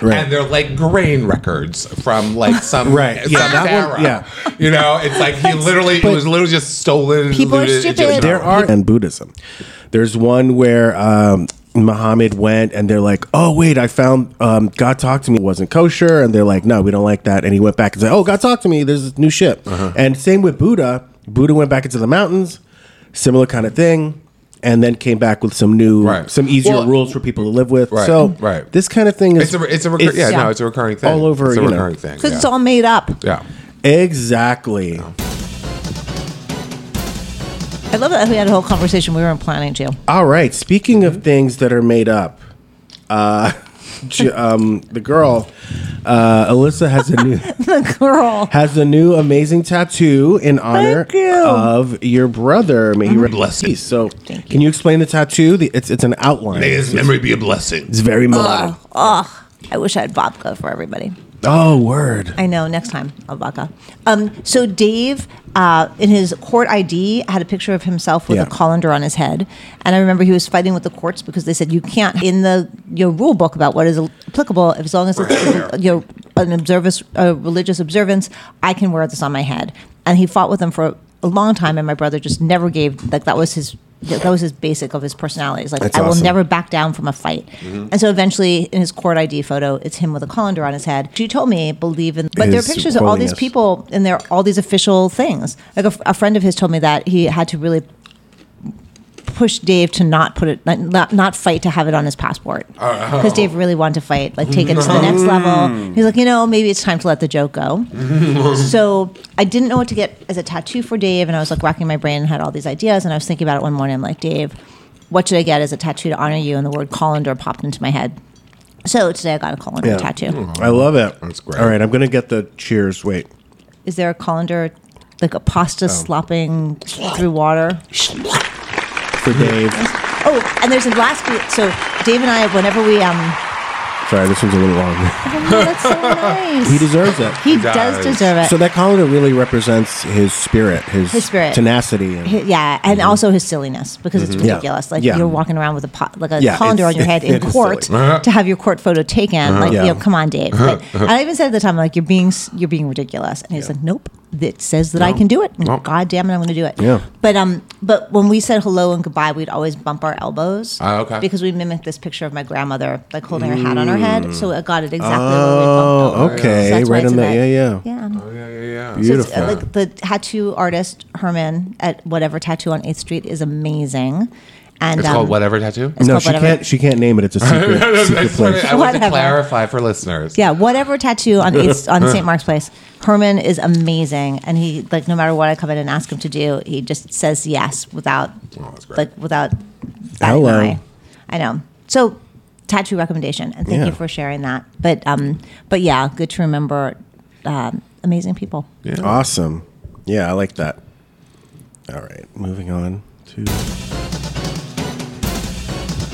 [SPEAKER 3] Right.
[SPEAKER 2] And they're like grain records from like some
[SPEAKER 3] Right, yeah,
[SPEAKER 2] some
[SPEAKER 3] that
[SPEAKER 2] pharaoh.
[SPEAKER 3] one- yeah.
[SPEAKER 2] you know, it's like he literally it was literally just stolen.
[SPEAKER 1] People are
[SPEAKER 2] looted
[SPEAKER 1] stupid.
[SPEAKER 2] Egyptian
[SPEAKER 1] They're
[SPEAKER 3] there are and Buddhism. There's one where um, Muhammad went, and they're like, "Oh wait, I found um, God talked to me. It wasn't kosher." And they're like, "No, we don't like that." And he went back and said, "Oh, God talked to me. There's this new ship."
[SPEAKER 2] Uh-huh.
[SPEAKER 3] And same with Buddha. Buddha went back into the mountains, similar kind of thing, and then came back with some new,
[SPEAKER 2] Right.
[SPEAKER 3] some easier
[SPEAKER 2] Well-
[SPEAKER 3] rules for people to live with.
[SPEAKER 2] Right,
[SPEAKER 3] So
[SPEAKER 2] right.
[SPEAKER 3] this kind of thing
[SPEAKER 2] It's
[SPEAKER 3] is
[SPEAKER 2] a it's a recur- yeah,
[SPEAKER 1] Yeah.
[SPEAKER 2] no it's a recurring thing
[SPEAKER 3] All over,
[SPEAKER 2] it's a
[SPEAKER 3] you know.
[SPEAKER 2] recurring thing
[SPEAKER 1] because
[SPEAKER 2] yeah.
[SPEAKER 1] it's all made up.
[SPEAKER 2] yeah
[SPEAKER 3] exactly.
[SPEAKER 1] I love that we had a whole conversation. We weren't planning to.
[SPEAKER 3] All right. Speaking of things that are made up, J- uh, um, the girl, uh, Alyssa has a new
[SPEAKER 1] the girl.
[SPEAKER 3] has a new amazing tattoo in honor
[SPEAKER 1] Thank you. Mm-hmm.
[SPEAKER 3] of your brother. May he rest in
[SPEAKER 2] Bless you.
[SPEAKER 3] peace. So, can you explain the tattoo? The, it's it's an outline.
[SPEAKER 2] May his memory be a blessing.
[SPEAKER 3] It's
[SPEAKER 1] Uh.
[SPEAKER 3] very melodic.
[SPEAKER 1] Oh, I wish I had vodka for everybody.
[SPEAKER 3] Oh, word.
[SPEAKER 1] I know. Next time, I'll vodka. Um, so Dave, uh, in his court ID, had a picture of himself with
[SPEAKER 3] Yeah.
[SPEAKER 1] a colander on his head, and I remember he was fighting with the courts because they said you can't in the your rule book about what is applicable as long as it's you know, an observance, a religious observance. I can wear this on my head, and he fought with them for a long time. And my brother just never gave like that was his. That was his basic of his personality. It's like
[SPEAKER 3] That's
[SPEAKER 1] I will
[SPEAKER 3] awesome. Mm-hmm.
[SPEAKER 1] never back down from a fight. And so eventually, in his court ID photo, it's him with a colander on his head. She told me, believe in, but there are
[SPEAKER 3] His
[SPEAKER 1] pictures of all these
[SPEAKER 3] holiness.
[SPEAKER 1] people and there are all these official things. Like a, f- a friend of his told me that he had to really push Dave to not put it, not, not fight to have it on his passport
[SPEAKER 3] Uh-huh.
[SPEAKER 1] because Dave really wanted to fight, like take it to the next
[SPEAKER 3] Mm.
[SPEAKER 1] level. He's like, you know, maybe it's time to let the joke go. so I didn't know what to get as a tattoo for Dave, and I was like racking my brain and had all these ideas, and I was thinking about it one morning. I'm like, Dave, what should I get as a tattoo to honor you? And the word colander popped into my head. So today I got a colander
[SPEAKER 3] Yeah. Hmm.
[SPEAKER 1] tattoo.
[SPEAKER 3] I love it.
[SPEAKER 2] That's great.
[SPEAKER 3] All right, I'm gonna get the cheers. Wait.
[SPEAKER 1] Is there a colander, like a pasta slopping through water?
[SPEAKER 3] For Dave.
[SPEAKER 1] Oh, and there's a last bit. So Dave and I, whenever we um,
[SPEAKER 3] Sorry, this one's a little long.
[SPEAKER 1] oh, that's so nice.
[SPEAKER 3] he deserves it.
[SPEAKER 1] He
[SPEAKER 2] He
[SPEAKER 1] does,
[SPEAKER 2] does.
[SPEAKER 1] deserve it.
[SPEAKER 3] So that colander really represents his spirit, his,
[SPEAKER 1] His spirit.
[SPEAKER 3] tenacity. And,
[SPEAKER 1] Hi- yeah, and also his silliness because it's
[SPEAKER 3] Mm-hmm. Yeah.
[SPEAKER 1] ridiculous. Like
[SPEAKER 3] Yeah.
[SPEAKER 1] you're walking around with a pot, like a
[SPEAKER 3] Yeah,
[SPEAKER 1] colander on
[SPEAKER 3] it's-
[SPEAKER 1] your head in
[SPEAKER 3] it is
[SPEAKER 1] court
[SPEAKER 2] silly.
[SPEAKER 1] to have your court photo taken. Like,
[SPEAKER 3] Yeah. Uh-huh.
[SPEAKER 1] you know, come on, Dave. But, and I even said at the time, like, you're being s- you're being ridiculous. And he's like, nope. It says that I can do it. And
[SPEAKER 2] Nope.
[SPEAKER 1] God damn it, I'm going to do it.
[SPEAKER 3] Yeah.
[SPEAKER 1] But um, but when we said hello and goodbye, we'd always bump our elbows.
[SPEAKER 2] Oh,
[SPEAKER 3] Ah,
[SPEAKER 2] okay.
[SPEAKER 1] Because we mimicked this picture of my grandmother like holding her hat on her head, so I got it exactly. where we
[SPEAKER 3] Mm. Oh,
[SPEAKER 1] bumped elbows.
[SPEAKER 3] okay.
[SPEAKER 1] So that's why
[SPEAKER 3] right
[SPEAKER 1] it's
[SPEAKER 3] in
[SPEAKER 1] in
[SPEAKER 3] that.
[SPEAKER 1] that-
[SPEAKER 3] Yeah, yeah.
[SPEAKER 1] Yeah.
[SPEAKER 2] Oh, Yeah, yeah, yeah.
[SPEAKER 1] So it's, uh,
[SPEAKER 3] Beautiful.
[SPEAKER 1] like the tattoo artist Herman at whatever tattoo on Eighth Street is amazing, and
[SPEAKER 2] It's
[SPEAKER 1] um,
[SPEAKER 2] called whatever tattoo.
[SPEAKER 1] it's
[SPEAKER 3] No,
[SPEAKER 1] called
[SPEAKER 3] she
[SPEAKER 1] whatever-
[SPEAKER 3] can't. She can't name it. It's a secret,
[SPEAKER 2] I
[SPEAKER 3] secret
[SPEAKER 2] just wanted,
[SPEAKER 3] place.
[SPEAKER 2] I wanted to
[SPEAKER 1] Whatever.
[SPEAKER 2] clarify for listeners.
[SPEAKER 1] Yeah, whatever tattoo on 8th, on St. Mark's Place. Herman is amazing, and he like no matter what I come in and ask him to do, he just says yes without
[SPEAKER 2] Oh, that's great.
[SPEAKER 1] like without. batting
[SPEAKER 3] Hello.
[SPEAKER 1] an eye. I know. So tattoo recommendation, and thank
[SPEAKER 3] Yeah.
[SPEAKER 1] you for sharing that. But um, but yeah, good to remember. Um, amazing people.
[SPEAKER 3] Awesome. Yeah, I like that. All right, moving on to.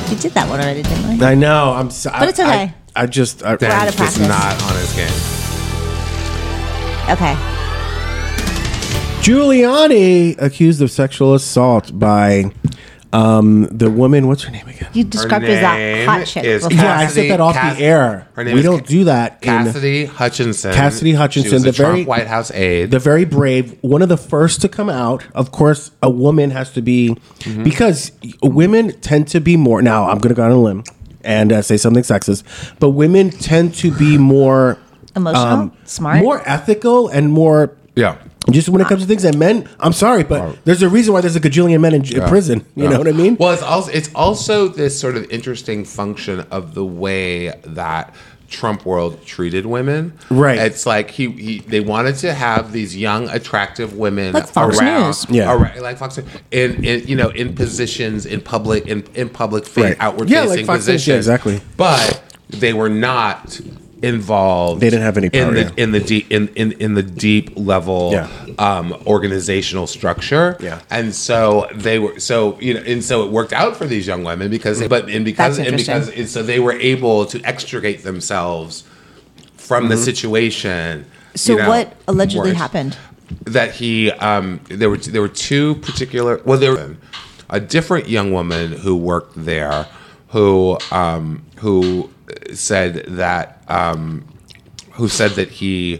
[SPEAKER 1] We did that one already, didn't we?
[SPEAKER 3] I know. I'm. So, but
[SPEAKER 1] it's okay.
[SPEAKER 3] I, just. I,
[SPEAKER 1] out
[SPEAKER 2] Dan's
[SPEAKER 1] of
[SPEAKER 2] just
[SPEAKER 1] practice.
[SPEAKER 2] not on his game.
[SPEAKER 1] okay.
[SPEAKER 3] Giuliani accused of sexual assault by um, the woman. What's her name again?
[SPEAKER 1] You described her as that hot chick.
[SPEAKER 2] is
[SPEAKER 1] before.
[SPEAKER 3] Yeah, I said
[SPEAKER 2] Cassidy-
[SPEAKER 3] that off
[SPEAKER 2] Cass-
[SPEAKER 3] the air.
[SPEAKER 2] her name
[SPEAKER 3] we
[SPEAKER 2] is
[SPEAKER 3] don't
[SPEAKER 2] Ca-
[SPEAKER 3] do that. in,
[SPEAKER 2] Cassidy Hutchinson.
[SPEAKER 3] Cassidy Hutchinson,
[SPEAKER 2] She was
[SPEAKER 3] the
[SPEAKER 2] a Trump
[SPEAKER 3] very-
[SPEAKER 2] White House aide.
[SPEAKER 3] the very brave, one of the first to come out. Of course, a woman has to be
[SPEAKER 2] Mm-hmm.
[SPEAKER 3] because women tend to be more. Now, I'm going to go on a limb and uh, say something sexist, but women tend to be more
[SPEAKER 1] Emotional, Oh, smart.
[SPEAKER 3] Um, more ethical, and more.
[SPEAKER 2] yeah.
[SPEAKER 3] Just when it comes to things, and men, I'm sorry, but there's a reason why there's a gajillion men in, j prison. You know what I mean?
[SPEAKER 2] Well, it's also it's also this sort of interesting function of the way that Trump world treated women.
[SPEAKER 3] Right.
[SPEAKER 2] It's like he, he they wanted to have these young, attractive women
[SPEAKER 1] Like Fox
[SPEAKER 2] around,
[SPEAKER 1] News.
[SPEAKER 3] Yeah.
[SPEAKER 2] around- like Fox News, in, in you know in positions in public in in public fa-
[SPEAKER 3] Right.
[SPEAKER 2] outward
[SPEAKER 3] Yeah, like
[SPEAKER 2] facing
[SPEAKER 3] Fox News, yeah,
[SPEAKER 2] positions.
[SPEAKER 3] exactly.
[SPEAKER 2] But they were not involved.
[SPEAKER 3] They didn't have any power,
[SPEAKER 2] in the
[SPEAKER 3] yeah.
[SPEAKER 2] in the deep in, in in the deep level
[SPEAKER 3] Yeah.
[SPEAKER 2] um, organizational structure.
[SPEAKER 3] Yeah.
[SPEAKER 2] And so they were so you know and so it worked out for these young women because but and because
[SPEAKER 1] Mm-hmm. That's
[SPEAKER 2] and because
[SPEAKER 1] interesting.
[SPEAKER 2] and so they were able to extricate themselves from the situation.
[SPEAKER 1] Mm-hmm. So
[SPEAKER 2] you know,
[SPEAKER 1] what allegedly
[SPEAKER 2] more-
[SPEAKER 1] happened?
[SPEAKER 2] That he um there were there were two particular well there were a different young woman who worked there who um who said that um who said that he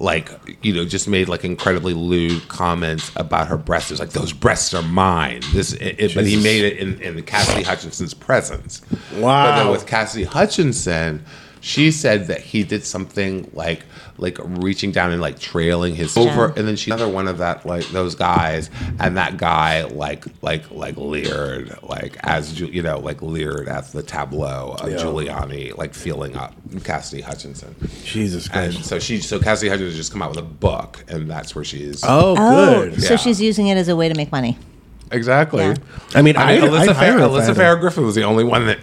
[SPEAKER 2] like you know just made like incredibly lewd comments about her breasts. It was like those breasts are mine. This, it, it- but he
[SPEAKER 3] Jesus.
[SPEAKER 2] made it in, in Cassidy Hutchinson's presence.
[SPEAKER 3] Wow.
[SPEAKER 2] But then with Cassidy Hutchinson, she said that he did something like like reaching down and like trailing his over, and then she another one of that like those guys, and that guy like like like leered like as Ju- you know like leered at the tableau of Giuliani like feeling up Cassidy Hutchinson.
[SPEAKER 3] Jesus
[SPEAKER 2] And
[SPEAKER 3] Christ!
[SPEAKER 2] so she, so Cassidy Hutchinson has just come out with a book, and that's where she is.
[SPEAKER 3] Oh,
[SPEAKER 1] Oh,
[SPEAKER 3] good.
[SPEAKER 1] so
[SPEAKER 2] Yeah.
[SPEAKER 1] she's using it as a way to make money.
[SPEAKER 2] exactly.
[SPEAKER 1] Yeah.
[SPEAKER 3] I mean, I- I'd
[SPEAKER 2] Alyssa, Farrah,
[SPEAKER 3] hire if I had
[SPEAKER 2] Alyssa
[SPEAKER 3] a-
[SPEAKER 2] Farrah Griffin was the only one that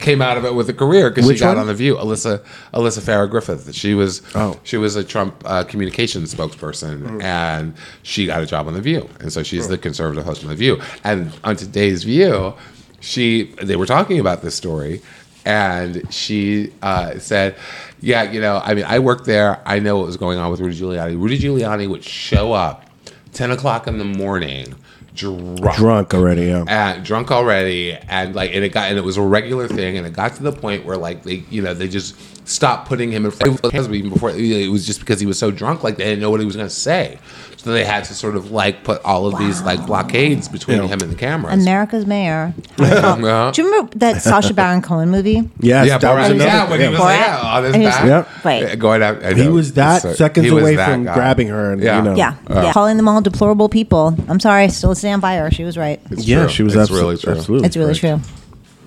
[SPEAKER 2] came out of it with a career because she
[SPEAKER 3] Which
[SPEAKER 2] got
[SPEAKER 3] one?
[SPEAKER 2] on the View. Alyssa Alyssa Farah Griffith. She was
[SPEAKER 3] Oh.
[SPEAKER 2] she was a Trump uh, communications spokesperson, and she got a job on the View, and so she's the conservative host on the View. And on today's View, she they were talking about this story. And she uh, said, "Yeah, you know, I mean, I worked there. I know what was going on with Rudy Giuliani. Rudy Giuliani would show up ten o'clock in the morning, drunk,
[SPEAKER 3] Drunk already, yeah.
[SPEAKER 2] and drunk already and like and it got and it was a regular thing and it got to the point where like they you know they just stopped putting him in front of Cosby even before it was just because he was so drunk like they didn't know what he was going to say so they had to sort of like put all of these like blockades between
[SPEAKER 3] Yeah.
[SPEAKER 2] him and the cameras Uh-huh.
[SPEAKER 1] America's Mayor. Do you remember that Sasha Baron Cohen movie?
[SPEAKER 3] Yes,
[SPEAKER 2] yeah,
[SPEAKER 3] that was
[SPEAKER 2] Borat,
[SPEAKER 3] another-
[SPEAKER 2] yeah, when he
[SPEAKER 3] yeah.
[SPEAKER 2] was
[SPEAKER 1] Borat.
[SPEAKER 2] like, yeah, on his
[SPEAKER 1] And he was-
[SPEAKER 2] back,
[SPEAKER 3] Yep.
[SPEAKER 1] Right.
[SPEAKER 2] going out. I
[SPEAKER 3] He
[SPEAKER 2] know.
[SPEAKER 3] was that
[SPEAKER 2] So-
[SPEAKER 3] seconds
[SPEAKER 2] he was
[SPEAKER 3] away
[SPEAKER 2] that
[SPEAKER 3] from
[SPEAKER 2] guy.
[SPEAKER 3] grabbing her and, you know.
[SPEAKER 1] Yeah,
[SPEAKER 2] Oh,
[SPEAKER 1] yeah. Calling them all deplorable people. I'm sorry, still stand by her. She was right.
[SPEAKER 2] It's
[SPEAKER 3] Yeah,
[SPEAKER 2] true.
[SPEAKER 3] she was
[SPEAKER 2] It's
[SPEAKER 3] abso-
[SPEAKER 2] really true.
[SPEAKER 3] absolutely.
[SPEAKER 1] It's really
[SPEAKER 3] correct.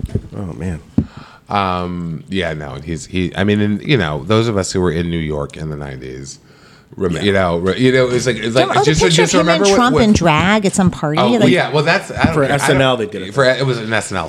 [SPEAKER 1] true.
[SPEAKER 3] Oh man,
[SPEAKER 2] Yeah, no, and he's he. I mean, and, you know, those of us who were in New York in the nineties, rem- you know, re- you know, it's like it's like
[SPEAKER 1] Remember- oh,
[SPEAKER 2] just,
[SPEAKER 1] the picture
[SPEAKER 2] just
[SPEAKER 1] of him and
[SPEAKER 2] remember what-
[SPEAKER 1] Trump
[SPEAKER 2] what-
[SPEAKER 1] in drag at some party.
[SPEAKER 2] Oh well,
[SPEAKER 1] like,
[SPEAKER 2] yeah, well that's I don't
[SPEAKER 3] For
[SPEAKER 2] care. I don't-
[SPEAKER 3] SNL they did it.
[SPEAKER 2] for it was an SNL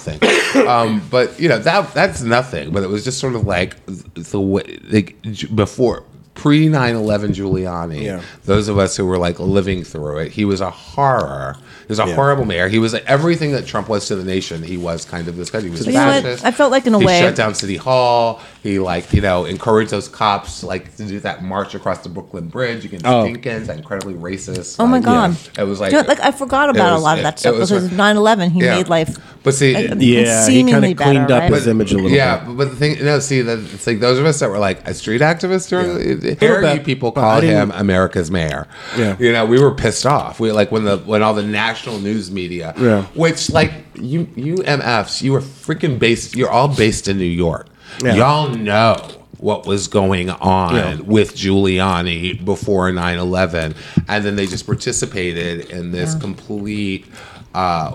[SPEAKER 2] thing, um, but you know that that's nothing. But it was just sort of like the way like j- before pre 9-11 Giuliani.
[SPEAKER 3] Yeah.
[SPEAKER 2] Those of us who were like living through it, he was a horror. He was a
[SPEAKER 3] Yeah.
[SPEAKER 2] horrible mayor. He was everything that Trump was to the nation. He was kind of this guy. He was
[SPEAKER 1] you know what?
[SPEAKER 2] fascist.
[SPEAKER 1] I felt like in a
[SPEAKER 2] he
[SPEAKER 1] way-
[SPEAKER 2] shut down City Hall. He like you know encouraged those cops like to do that march across the Brooklyn Bridge against
[SPEAKER 3] Oh.
[SPEAKER 2] Jenkins, that incredibly racist.
[SPEAKER 1] Oh my
[SPEAKER 2] like,
[SPEAKER 1] God.
[SPEAKER 2] It was like
[SPEAKER 1] Dude, like I forgot
[SPEAKER 2] it
[SPEAKER 1] about
[SPEAKER 2] was-
[SPEAKER 1] a lot
[SPEAKER 2] it-
[SPEAKER 1] of that
[SPEAKER 2] it
[SPEAKER 1] stuff
[SPEAKER 2] was
[SPEAKER 1] because
[SPEAKER 2] what-
[SPEAKER 1] 9/11 he
[SPEAKER 2] yeah.
[SPEAKER 1] made life.
[SPEAKER 2] But see,
[SPEAKER 1] like,
[SPEAKER 3] yeah, he kind
[SPEAKER 1] seemingly
[SPEAKER 3] of
[SPEAKER 1] better,
[SPEAKER 3] cleaned up
[SPEAKER 1] right?
[SPEAKER 3] his image a little
[SPEAKER 2] yeah,
[SPEAKER 3] bit.
[SPEAKER 2] but, but the thing, no, see, that it's like those of us that were like a street activist during
[SPEAKER 3] Yeah.
[SPEAKER 2] the dare
[SPEAKER 3] Little
[SPEAKER 2] you
[SPEAKER 3] bit,
[SPEAKER 2] people
[SPEAKER 3] but I
[SPEAKER 2] call him
[SPEAKER 3] didn't-
[SPEAKER 2] America's mayor.
[SPEAKER 3] Yeah.
[SPEAKER 2] you know, we were pissed off. We like when the when all the national news media,
[SPEAKER 3] Yeah.
[SPEAKER 2] which like you you MFs, you were freaking based. You're all based in New York.
[SPEAKER 3] Yeah.
[SPEAKER 2] Y'all know. What was going on
[SPEAKER 3] Yeah.
[SPEAKER 2] with Giuliani before 9 11? And then they just participated in this complete uh,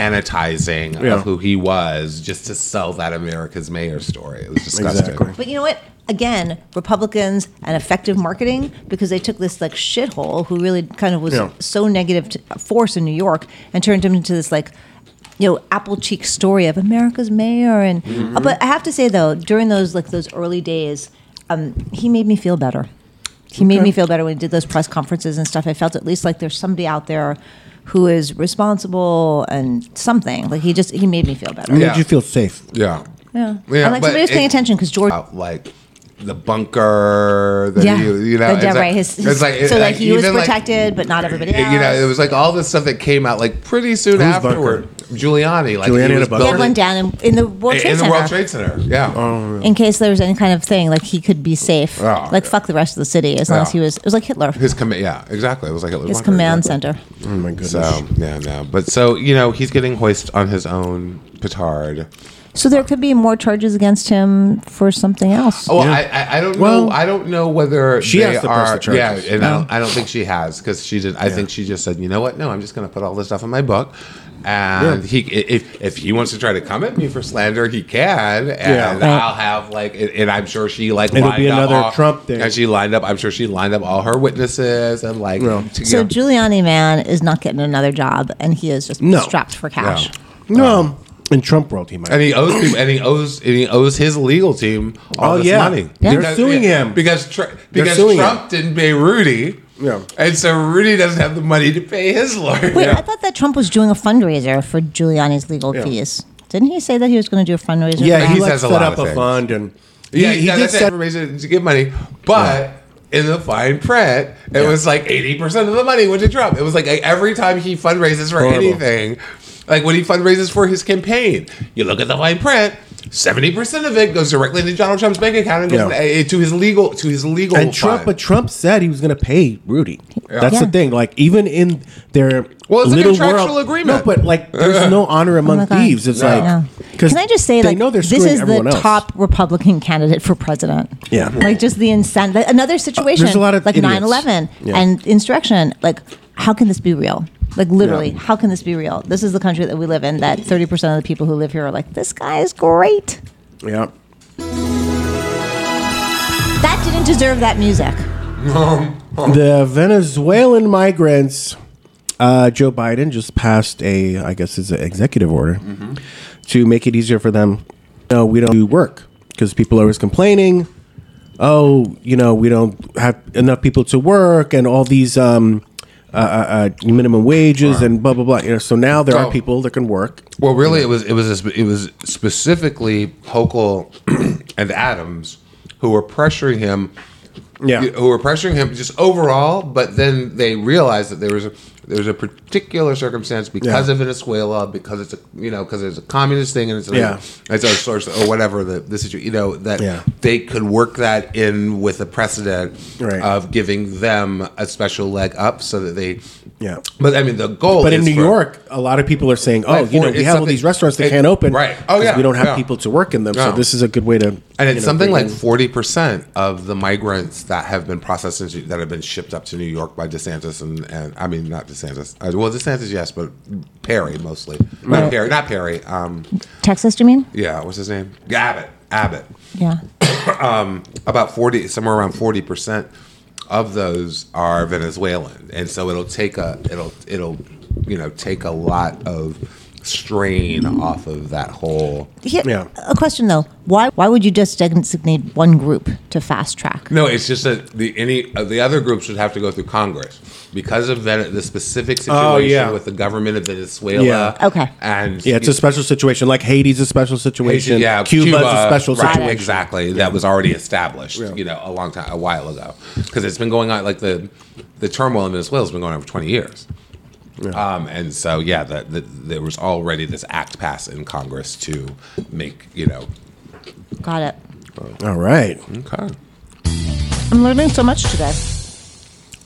[SPEAKER 2] sanitizing
[SPEAKER 3] Yeah.
[SPEAKER 2] of who he was just to sell that America's Mayor story. It was disgusting.
[SPEAKER 3] Exactly.
[SPEAKER 1] But you know what? Again, Republicans and effective marketing because they took this like shithole who really kind of was
[SPEAKER 3] Yeah.
[SPEAKER 1] so negative to, a force in New York and turned him into this like you know apple cheek story of America's mayor and
[SPEAKER 2] Mm-hmm.
[SPEAKER 1] but I have to say though during those like those early days um, he made me feel better. He made me feel better when he did those press conferences and stuff. I felt at least like there's somebody out there who is responsible and something. Like he just he made me feel better.
[SPEAKER 3] It made
[SPEAKER 2] Yeah.
[SPEAKER 3] you feel safe.
[SPEAKER 2] Yeah.
[SPEAKER 1] Yeah.
[SPEAKER 2] Yeah,
[SPEAKER 1] and like
[SPEAKER 2] but
[SPEAKER 1] somebody was paying
[SPEAKER 2] it-
[SPEAKER 1] attention because George
[SPEAKER 2] About, like the bunker, the,
[SPEAKER 1] yeah,
[SPEAKER 2] you, you know,
[SPEAKER 1] But
[SPEAKER 2] it's
[SPEAKER 1] yeah,
[SPEAKER 2] like-
[SPEAKER 1] right. His,
[SPEAKER 2] it's
[SPEAKER 1] his-
[SPEAKER 2] it-
[SPEAKER 1] so like he was
[SPEAKER 2] even, like,
[SPEAKER 1] protected, but not everybody else.
[SPEAKER 2] You know, it was like all this stuff that came out like pretty soon
[SPEAKER 3] Who's
[SPEAKER 2] afterward. Giuliani, like
[SPEAKER 3] Giuliani
[SPEAKER 2] he
[SPEAKER 3] in
[SPEAKER 2] was
[SPEAKER 3] a bunker.
[SPEAKER 1] he
[SPEAKER 2] building-
[SPEAKER 1] had one down in, in the World
[SPEAKER 2] in,
[SPEAKER 1] Trade
[SPEAKER 2] in the
[SPEAKER 1] Center.
[SPEAKER 2] World Trade Center. Yeah, Um,
[SPEAKER 1] In case there was any kind of thing, like he could be safe.
[SPEAKER 2] Oh,
[SPEAKER 1] like
[SPEAKER 2] yeah.
[SPEAKER 1] fuck the rest of the city, as long
[SPEAKER 2] Yeah.
[SPEAKER 1] as he was. It was like Hitler, his,
[SPEAKER 2] his command. Yeah, exactly. It was like it was bunker,
[SPEAKER 1] command
[SPEAKER 2] exactly.
[SPEAKER 1] center.
[SPEAKER 3] Oh my goodness.
[SPEAKER 2] So yeah, no, but so you know, he's getting hoist on his own petard.
[SPEAKER 1] So there could be more charges against him for something else.
[SPEAKER 2] Well,
[SPEAKER 3] Yeah.
[SPEAKER 2] I Oh, I, I don't
[SPEAKER 3] Well,
[SPEAKER 2] know. I don't know whether
[SPEAKER 3] she
[SPEAKER 2] they
[SPEAKER 3] has to
[SPEAKER 2] are.
[SPEAKER 3] press the charges. Oh.
[SPEAKER 2] Yeah, and I, don't, I don't think she has because she did. I think she just said, you know what? No, I'm just going to put all this stuff in my book. And
[SPEAKER 3] Yeah.
[SPEAKER 2] he, i- if if he wants to try to come at me for slander, he can, and
[SPEAKER 3] Yeah. Uh,
[SPEAKER 1] Right.
[SPEAKER 2] I'll have like, and- and I'm sure she like
[SPEAKER 3] It'll be
[SPEAKER 2] lined up
[SPEAKER 3] another
[SPEAKER 2] all-
[SPEAKER 3] Trump thing.
[SPEAKER 2] And she lined up. I'm sure she lined up all her witnesses and like.
[SPEAKER 3] Yeah.
[SPEAKER 2] to-
[SPEAKER 1] so
[SPEAKER 2] you know-
[SPEAKER 1] Giuliani man is not getting another job, and he is just
[SPEAKER 3] No.
[SPEAKER 1] strapped for cash.
[SPEAKER 2] Yeah.
[SPEAKER 3] no, um, in Trump world, he might.
[SPEAKER 2] And he owes people, and he owes and he owes his legal team all
[SPEAKER 3] Oh,
[SPEAKER 2] this
[SPEAKER 3] yeah.
[SPEAKER 2] money.
[SPEAKER 3] Yeah. They're suing him.
[SPEAKER 2] because tr- because
[SPEAKER 3] suing
[SPEAKER 2] Trump didn't pay Rudy.
[SPEAKER 3] Yeah.
[SPEAKER 2] and so Rudy doesn't have the money to pay his lawyer.
[SPEAKER 1] Wait, I thought that Trump was doing a fundraiser for Giuliani's legal
[SPEAKER 3] Yeah.
[SPEAKER 1] fees. Didn't he say that he was going to do a fundraiser?
[SPEAKER 3] yeah,
[SPEAKER 1] for that?
[SPEAKER 3] he
[SPEAKER 2] He
[SPEAKER 3] like
[SPEAKER 2] says a
[SPEAKER 3] set
[SPEAKER 2] lot
[SPEAKER 3] up
[SPEAKER 2] of
[SPEAKER 3] a
[SPEAKER 2] things.
[SPEAKER 3] fund and
[SPEAKER 2] yeah,
[SPEAKER 3] he, he
[SPEAKER 2] yeah,
[SPEAKER 3] did
[SPEAKER 2] that's
[SPEAKER 3] set.
[SPEAKER 2] information to get money, but. In the fine print, it
[SPEAKER 3] Yeah.
[SPEAKER 2] was like eighty percent of the money went to Trump. It was like every time he fundraises for
[SPEAKER 3] Horrible.
[SPEAKER 2] anything, like when he fundraises for his campaign, you look at the fine print. Seventy percent of it goes directly into Donald Trump's bank account and goes
[SPEAKER 3] Yeah.
[SPEAKER 2] eh, to his legal to his legal.
[SPEAKER 3] And Trump,
[SPEAKER 2] fund.
[SPEAKER 3] but Trump said he was going to pay Rudy. That's
[SPEAKER 1] Yeah.
[SPEAKER 3] the thing. Like even in their
[SPEAKER 2] Well, it's a
[SPEAKER 3] little
[SPEAKER 2] contractual
[SPEAKER 3] world,
[SPEAKER 2] agreement.
[SPEAKER 3] No, but like there's no honor among
[SPEAKER 1] Oh my God.
[SPEAKER 3] thieves. It's
[SPEAKER 1] Yeah.
[SPEAKER 3] like because
[SPEAKER 1] Can I just say,
[SPEAKER 3] they
[SPEAKER 1] like,
[SPEAKER 3] know they're
[SPEAKER 1] this
[SPEAKER 3] screwing
[SPEAKER 1] is the
[SPEAKER 3] everyone else.
[SPEAKER 1] top Republican candidate for president.
[SPEAKER 3] Yeah. Uh,
[SPEAKER 1] like just the incentive. Another situation,
[SPEAKER 3] there's a lot of
[SPEAKER 1] like
[SPEAKER 3] idiots.
[SPEAKER 1] 9/11
[SPEAKER 3] Yeah.
[SPEAKER 1] and insurrection. Like, how can this be real? Like literally,
[SPEAKER 3] Yeah.
[SPEAKER 1] how can this be real? This is the country that we live in. That thirty percent of the people who live here are like, this guy is great.
[SPEAKER 3] Yeah.
[SPEAKER 1] That didn't deserve that music.
[SPEAKER 3] The Venezuelan migrants, uh, Joe
[SPEAKER 2] Mm-hmm.
[SPEAKER 3] Biden just passed a, I guess it's an executive order to make it easier for them no, we don't do work because people are always complaining. Oh, you know, we don't have enough people to work and all these um, uh, uh, uh, minimum wages and blah blah blah. You know, so now there
[SPEAKER 2] Oh.
[SPEAKER 3] are people that can work.
[SPEAKER 2] Well, really, it was it was a, sp- it was specifically Hochul and Adams who were pressuring him.
[SPEAKER 3] Yeah.
[SPEAKER 2] who were pressuring him just overall, but then they realized that there was a, there was a particular circumstance because
[SPEAKER 3] Yeah.
[SPEAKER 2] of Venezuela, because it's a you know because it's a communist thing and it's a,
[SPEAKER 3] Yeah.
[SPEAKER 2] it's a source or whatever the the situ- you know that
[SPEAKER 3] Yeah.
[SPEAKER 2] they could work that in with a precedent
[SPEAKER 3] Right.
[SPEAKER 2] of giving them a special leg up so that they
[SPEAKER 3] Yeah.
[SPEAKER 2] But I mean, the goal.
[SPEAKER 3] But in
[SPEAKER 2] is
[SPEAKER 3] New
[SPEAKER 2] for-
[SPEAKER 3] York, a lot of people are saying, "Oh,
[SPEAKER 2] Right,
[SPEAKER 3] you
[SPEAKER 2] for-
[SPEAKER 3] know, we
[SPEAKER 2] it's
[SPEAKER 3] have all
[SPEAKER 2] something-
[SPEAKER 3] these restaurants that
[SPEAKER 2] it-
[SPEAKER 3] can't open,
[SPEAKER 2] right. Oh,
[SPEAKER 3] 'cause
[SPEAKER 2] yeah,
[SPEAKER 3] We don't have
[SPEAKER 2] yeah.
[SPEAKER 3] people to work in them, so
[SPEAKER 2] No.
[SPEAKER 3] this is a good way to."
[SPEAKER 2] And it's something like
[SPEAKER 3] like
[SPEAKER 2] forty percent of the migrants that have been processed into, that have been shipped up to New York by DeSantis and, and I mean not DeSantis. Uh, well, DeSantis yes, but Perry mostly. Not Perry, not Perry. Um,
[SPEAKER 1] Texas, do you mean?
[SPEAKER 2] yeah, what's his name? Abbott. Abbott.
[SPEAKER 1] Yeah.
[SPEAKER 2] About forty, somewhere around forty percent of those are Venezuelan, and so it'll take a it'll it'll you know take a lot of strain off of that whole
[SPEAKER 1] Here-
[SPEAKER 3] Yeah.
[SPEAKER 1] A question though: Why why would you just designate one group to fast track?
[SPEAKER 2] No, it's just that the any uh, the other groups would have to go through Congress because of Ven- the specific situation
[SPEAKER 3] Oh, yeah.
[SPEAKER 2] with the government of Venezuela.
[SPEAKER 3] Yeah.
[SPEAKER 1] Okay.
[SPEAKER 2] and
[SPEAKER 3] Yeah, it's a special situation. Like Haiti's a special situation.
[SPEAKER 2] yeah,
[SPEAKER 3] Cuba's a special
[SPEAKER 2] right,
[SPEAKER 3] situation.
[SPEAKER 2] Exactly, that was already established. You know, a long time, a while ago, because it's been going on. Like the the turmoil in Venezuela has been going on for twenty years. Um, and so, yeah, that the, there was already this act passed in Congress to make you know.
[SPEAKER 1] Got it.
[SPEAKER 3] All right.
[SPEAKER 2] Okay.
[SPEAKER 1] I'm learning so much today.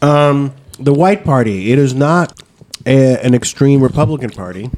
[SPEAKER 3] The White Party. It is not a, an extreme Republican party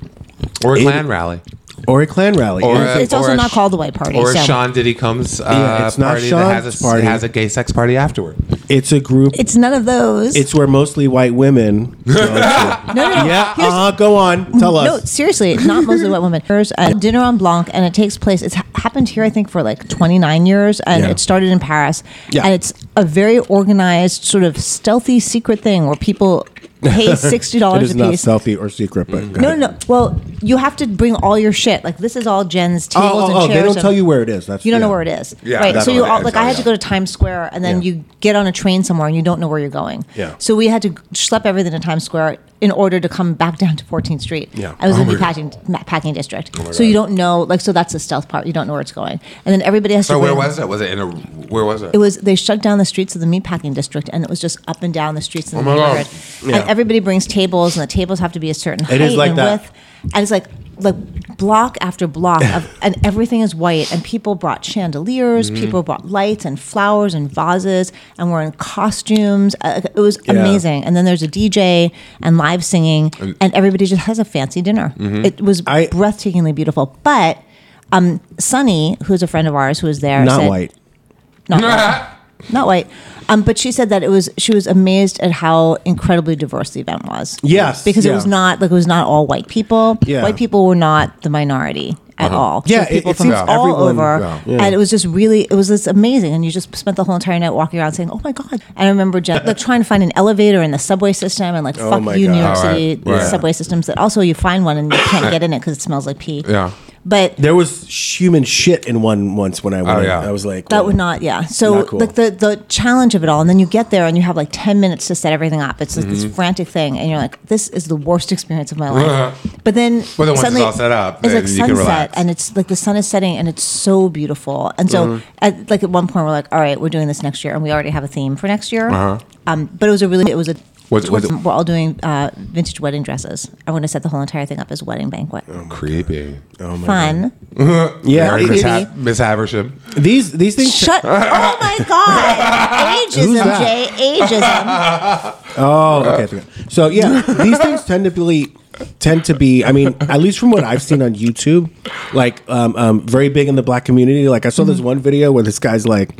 [SPEAKER 2] Or a
[SPEAKER 3] It-
[SPEAKER 2] Klan rally.
[SPEAKER 3] or a Klan rally.
[SPEAKER 2] Or
[SPEAKER 3] It is-
[SPEAKER 2] a-
[SPEAKER 1] It's also
[SPEAKER 2] or a
[SPEAKER 1] not
[SPEAKER 2] sh-
[SPEAKER 1] called the White Party.
[SPEAKER 2] or a
[SPEAKER 1] so
[SPEAKER 2] Sean Diddy Combs uh,
[SPEAKER 3] Yeah, it's not
[SPEAKER 2] party that has
[SPEAKER 3] Sean's
[SPEAKER 2] a,
[SPEAKER 3] party.
[SPEAKER 2] has a gay sex party afterward.
[SPEAKER 3] it's a group. It's,
[SPEAKER 1] it's none of those.
[SPEAKER 3] where mostly white women. go to.
[SPEAKER 1] no, no, no.
[SPEAKER 3] yeah.
[SPEAKER 1] Here's-
[SPEAKER 3] Uh, go on. Tell
[SPEAKER 1] No,
[SPEAKER 3] us.
[SPEAKER 1] seriously, it's not mostly white women. There's a dinner on Blanc, and it takes place. It's ha- happened here, I think, for like 29 years, and
[SPEAKER 3] Yeah.
[SPEAKER 1] it started in Paris.
[SPEAKER 3] Yeah.
[SPEAKER 1] And it's a very organized, sort of stealthy, secret thing where people pay sixty
[SPEAKER 3] it
[SPEAKER 1] dollars
[SPEAKER 3] is
[SPEAKER 1] a
[SPEAKER 3] not
[SPEAKER 1] piece.
[SPEAKER 3] stealthy or secret,
[SPEAKER 2] Mm-hmm.
[SPEAKER 3] but go
[SPEAKER 1] no,
[SPEAKER 3] ahead.
[SPEAKER 1] no, no. Well, you have to bring all your shit. Like this is all Jen's
[SPEAKER 3] Oh,
[SPEAKER 1] tables
[SPEAKER 3] oh, oh,
[SPEAKER 1] and chairs.
[SPEAKER 3] they don't
[SPEAKER 1] and-
[SPEAKER 3] tell you where it is. That's
[SPEAKER 1] You don't know
[SPEAKER 3] yeah.
[SPEAKER 1] where it is.
[SPEAKER 2] Yeah,
[SPEAKER 1] right.
[SPEAKER 2] that's
[SPEAKER 1] So you
[SPEAKER 2] what it
[SPEAKER 1] all
[SPEAKER 2] is.
[SPEAKER 1] like I had to go
[SPEAKER 2] Yeah.
[SPEAKER 1] to Times Square and then
[SPEAKER 3] Yeah.
[SPEAKER 1] you get on a train somewhere and you don't know where you're going.
[SPEAKER 3] Yeah.
[SPEAKER 1] So we had to schlep everything to Times Square in order to come back down to 14th Street.
[SPEAKER 3] Yeah.
[SPEAKER 1] I was
[SPEAKER 2] Oh
[SPEAKER 1] in
[SPEAKER 2] my
[SPEAKER 1] the
[SPEAKER 2] God. Oh
[SPEAKER 1] packing ma- packing district. so you don't know like so that's the stealth part. You don't know where it's going. And then everybody has
[SPEAKER 2] So
[SPEAKER 1] to
[SPEAKER 2] where
[SPEAKER 1] bring-
[SPEAKER 2] was it? Was it in a? Where was it?
[SPEAKER 1] it was they shut down the streets of the meatpacking district and it was just up and down the streets in the
[SPEAKER 2] my God.
[SPEAKER 1] neighborhood.
[SPEAKER 3] Oh Yeah.
[SPEAKER 1] And everybody brings tables and the tables have to be a certain height
[SPEAKER 3] It is like
[SPEAKER 1] and
[SPEAKER 3] that.
[SPEAKER 1] width. And it's like like block after block of and everything is white and people brought chandeliers,
[SPEAKER 3] Mm-hmm.
[SPEAKER 1] people brought lights and flowers and vases and were in costumes. Uh, It was
[SPEAKER 3] Yeah.
[SPEAKER 1] amazing. And then there's a DJ and live singing and everybody just has a fancy dinner. It was
[SPEAKER 3] Mm-hmm. I-
[SPEAKER 1] breathtakingly beautiful. But um, Sunny, who's a friend of ours who was there,
[SPEAKER 3] Not
[SPEAKER 1] said-
[SPEAKER 3] white.
[SPEAKER 1] not white. not white. Um, but she said that it was she was amazed at how incredibly diverse the event was.
[SPEAKER 3] Yes,
[SPEAKER 1] because it
[SPEAKER 3] yeah.
[SPEAKER 1] was not like it was not all white people.
[SPEAKER 3] Yeah.
[SPEAKER 1] white people were not the minority at all.
[SPEAKER 3] Yeah,
[SPEAKER 1] so
[SPEAKER 3] it-
[SPEAKER 1] people
[SPEAKER 3] it
[SPEAKER 1] from
[SPEAKER 3] seems
[SPEAKER 1] all
[SPEAKER 3] everyone-
[SPEAKER 1] over,
[SPEAKER 2] Uh-huh. yeah.
[SPEAKER 1] and it was just really it was this amazing. And you just spent the whole entire night walking around saying, "Oh my god!" And I remember Jen, like trying to find an elevator in the subway system, and like, "Fuck
[SPEAKER 3] my
[SPEAKER 1] you, New
[SPEAKER 3] God.
[SPEAKER 1] York
[SPEAKER 2] Oh All right,
[SPEAKER 1] City
[SPEAKER 2] right.
[SPEAKER 1] subway systems." That also you find one and you can't get in it because it smells like pee.
[SPEAKER 2] Yeah.
[SPEAKER 1] but
[SPEAKER 3] There was human shit in one once when I went.
[SPEAKER 2] Oh,
[SPEAKER 3] in.
[SPEAKER 2] yeah.
[SPEAKER 3] I was like,
[SPEAKER 1] That
[SPEAKER 3] well,
[SPEAKER 1] would not, yeah. So
[SPEAKER 3] Not cool.
[SPEAKER 1] like the the challenge of it all, and then you get there and you have like ten minutes to set everything up. It's like
[SPEAKER 2] Mm-hmm.
[SPEAKER 1] this frantic thing, and you're like, this is the worst experience of my life. but then,
[SPEAKER 2] But then once it's
[SPEAKER 1] suddenly,
[SPEAKER 2] all set up,
[SPEAKER 1] it's like
[SPEAKER 2] then you can
[SPEAKER 1] sunset,
[SPEAKER 2] relax.
[SPEAKER 1] and it's like the sun is setting, and it's so beautiful. And so,
[SPEAKER 2] Mm-hmm.
[SPEAKER 1] at, like at one point, we're like, all right, we're doing this next year, and we already have a theme for next year. Um, but it was a really, it was a.
[SPEAKER 2] Uh-huh. Was it- was it-
[SPEAKER 1] we're all doing uh, vintage wedding dresses. I want to set the whole entire thing up as a wedding banquet.
[SPEAKER 2] Oh, Creepy.
[SPEAKER 3] Oh,
[SPEAKER 1] Fun.
[SPEAKER 3] yeah.
[SPEAKER 2] Very
[SPEAKER 1] creepy.
[SPEAKER 2] Miss, ha- Miss Haversham.
[SPEAKER 3] These these things.
[SPEAKER 1] Shut! Oh my God!
[SPEAKER 3] Who's
[SPEAKER 1] Ageism,
[SPEAKER 3] that?
[SPEAKER 1] Jay. Ageism.
[SPEAKER 3] Oh, okay.
[SPEAKER 1] Uh,
[SPEAKER 3] I forgot. So yeah, these things tend to be tend to be. I mean, at least from what I've seen on YouTube, like um, um, very big in the black community. Like I saw
[SPEAKER 1] Mm-hmm.
[SPEAKER 3] this one video where this guy's like,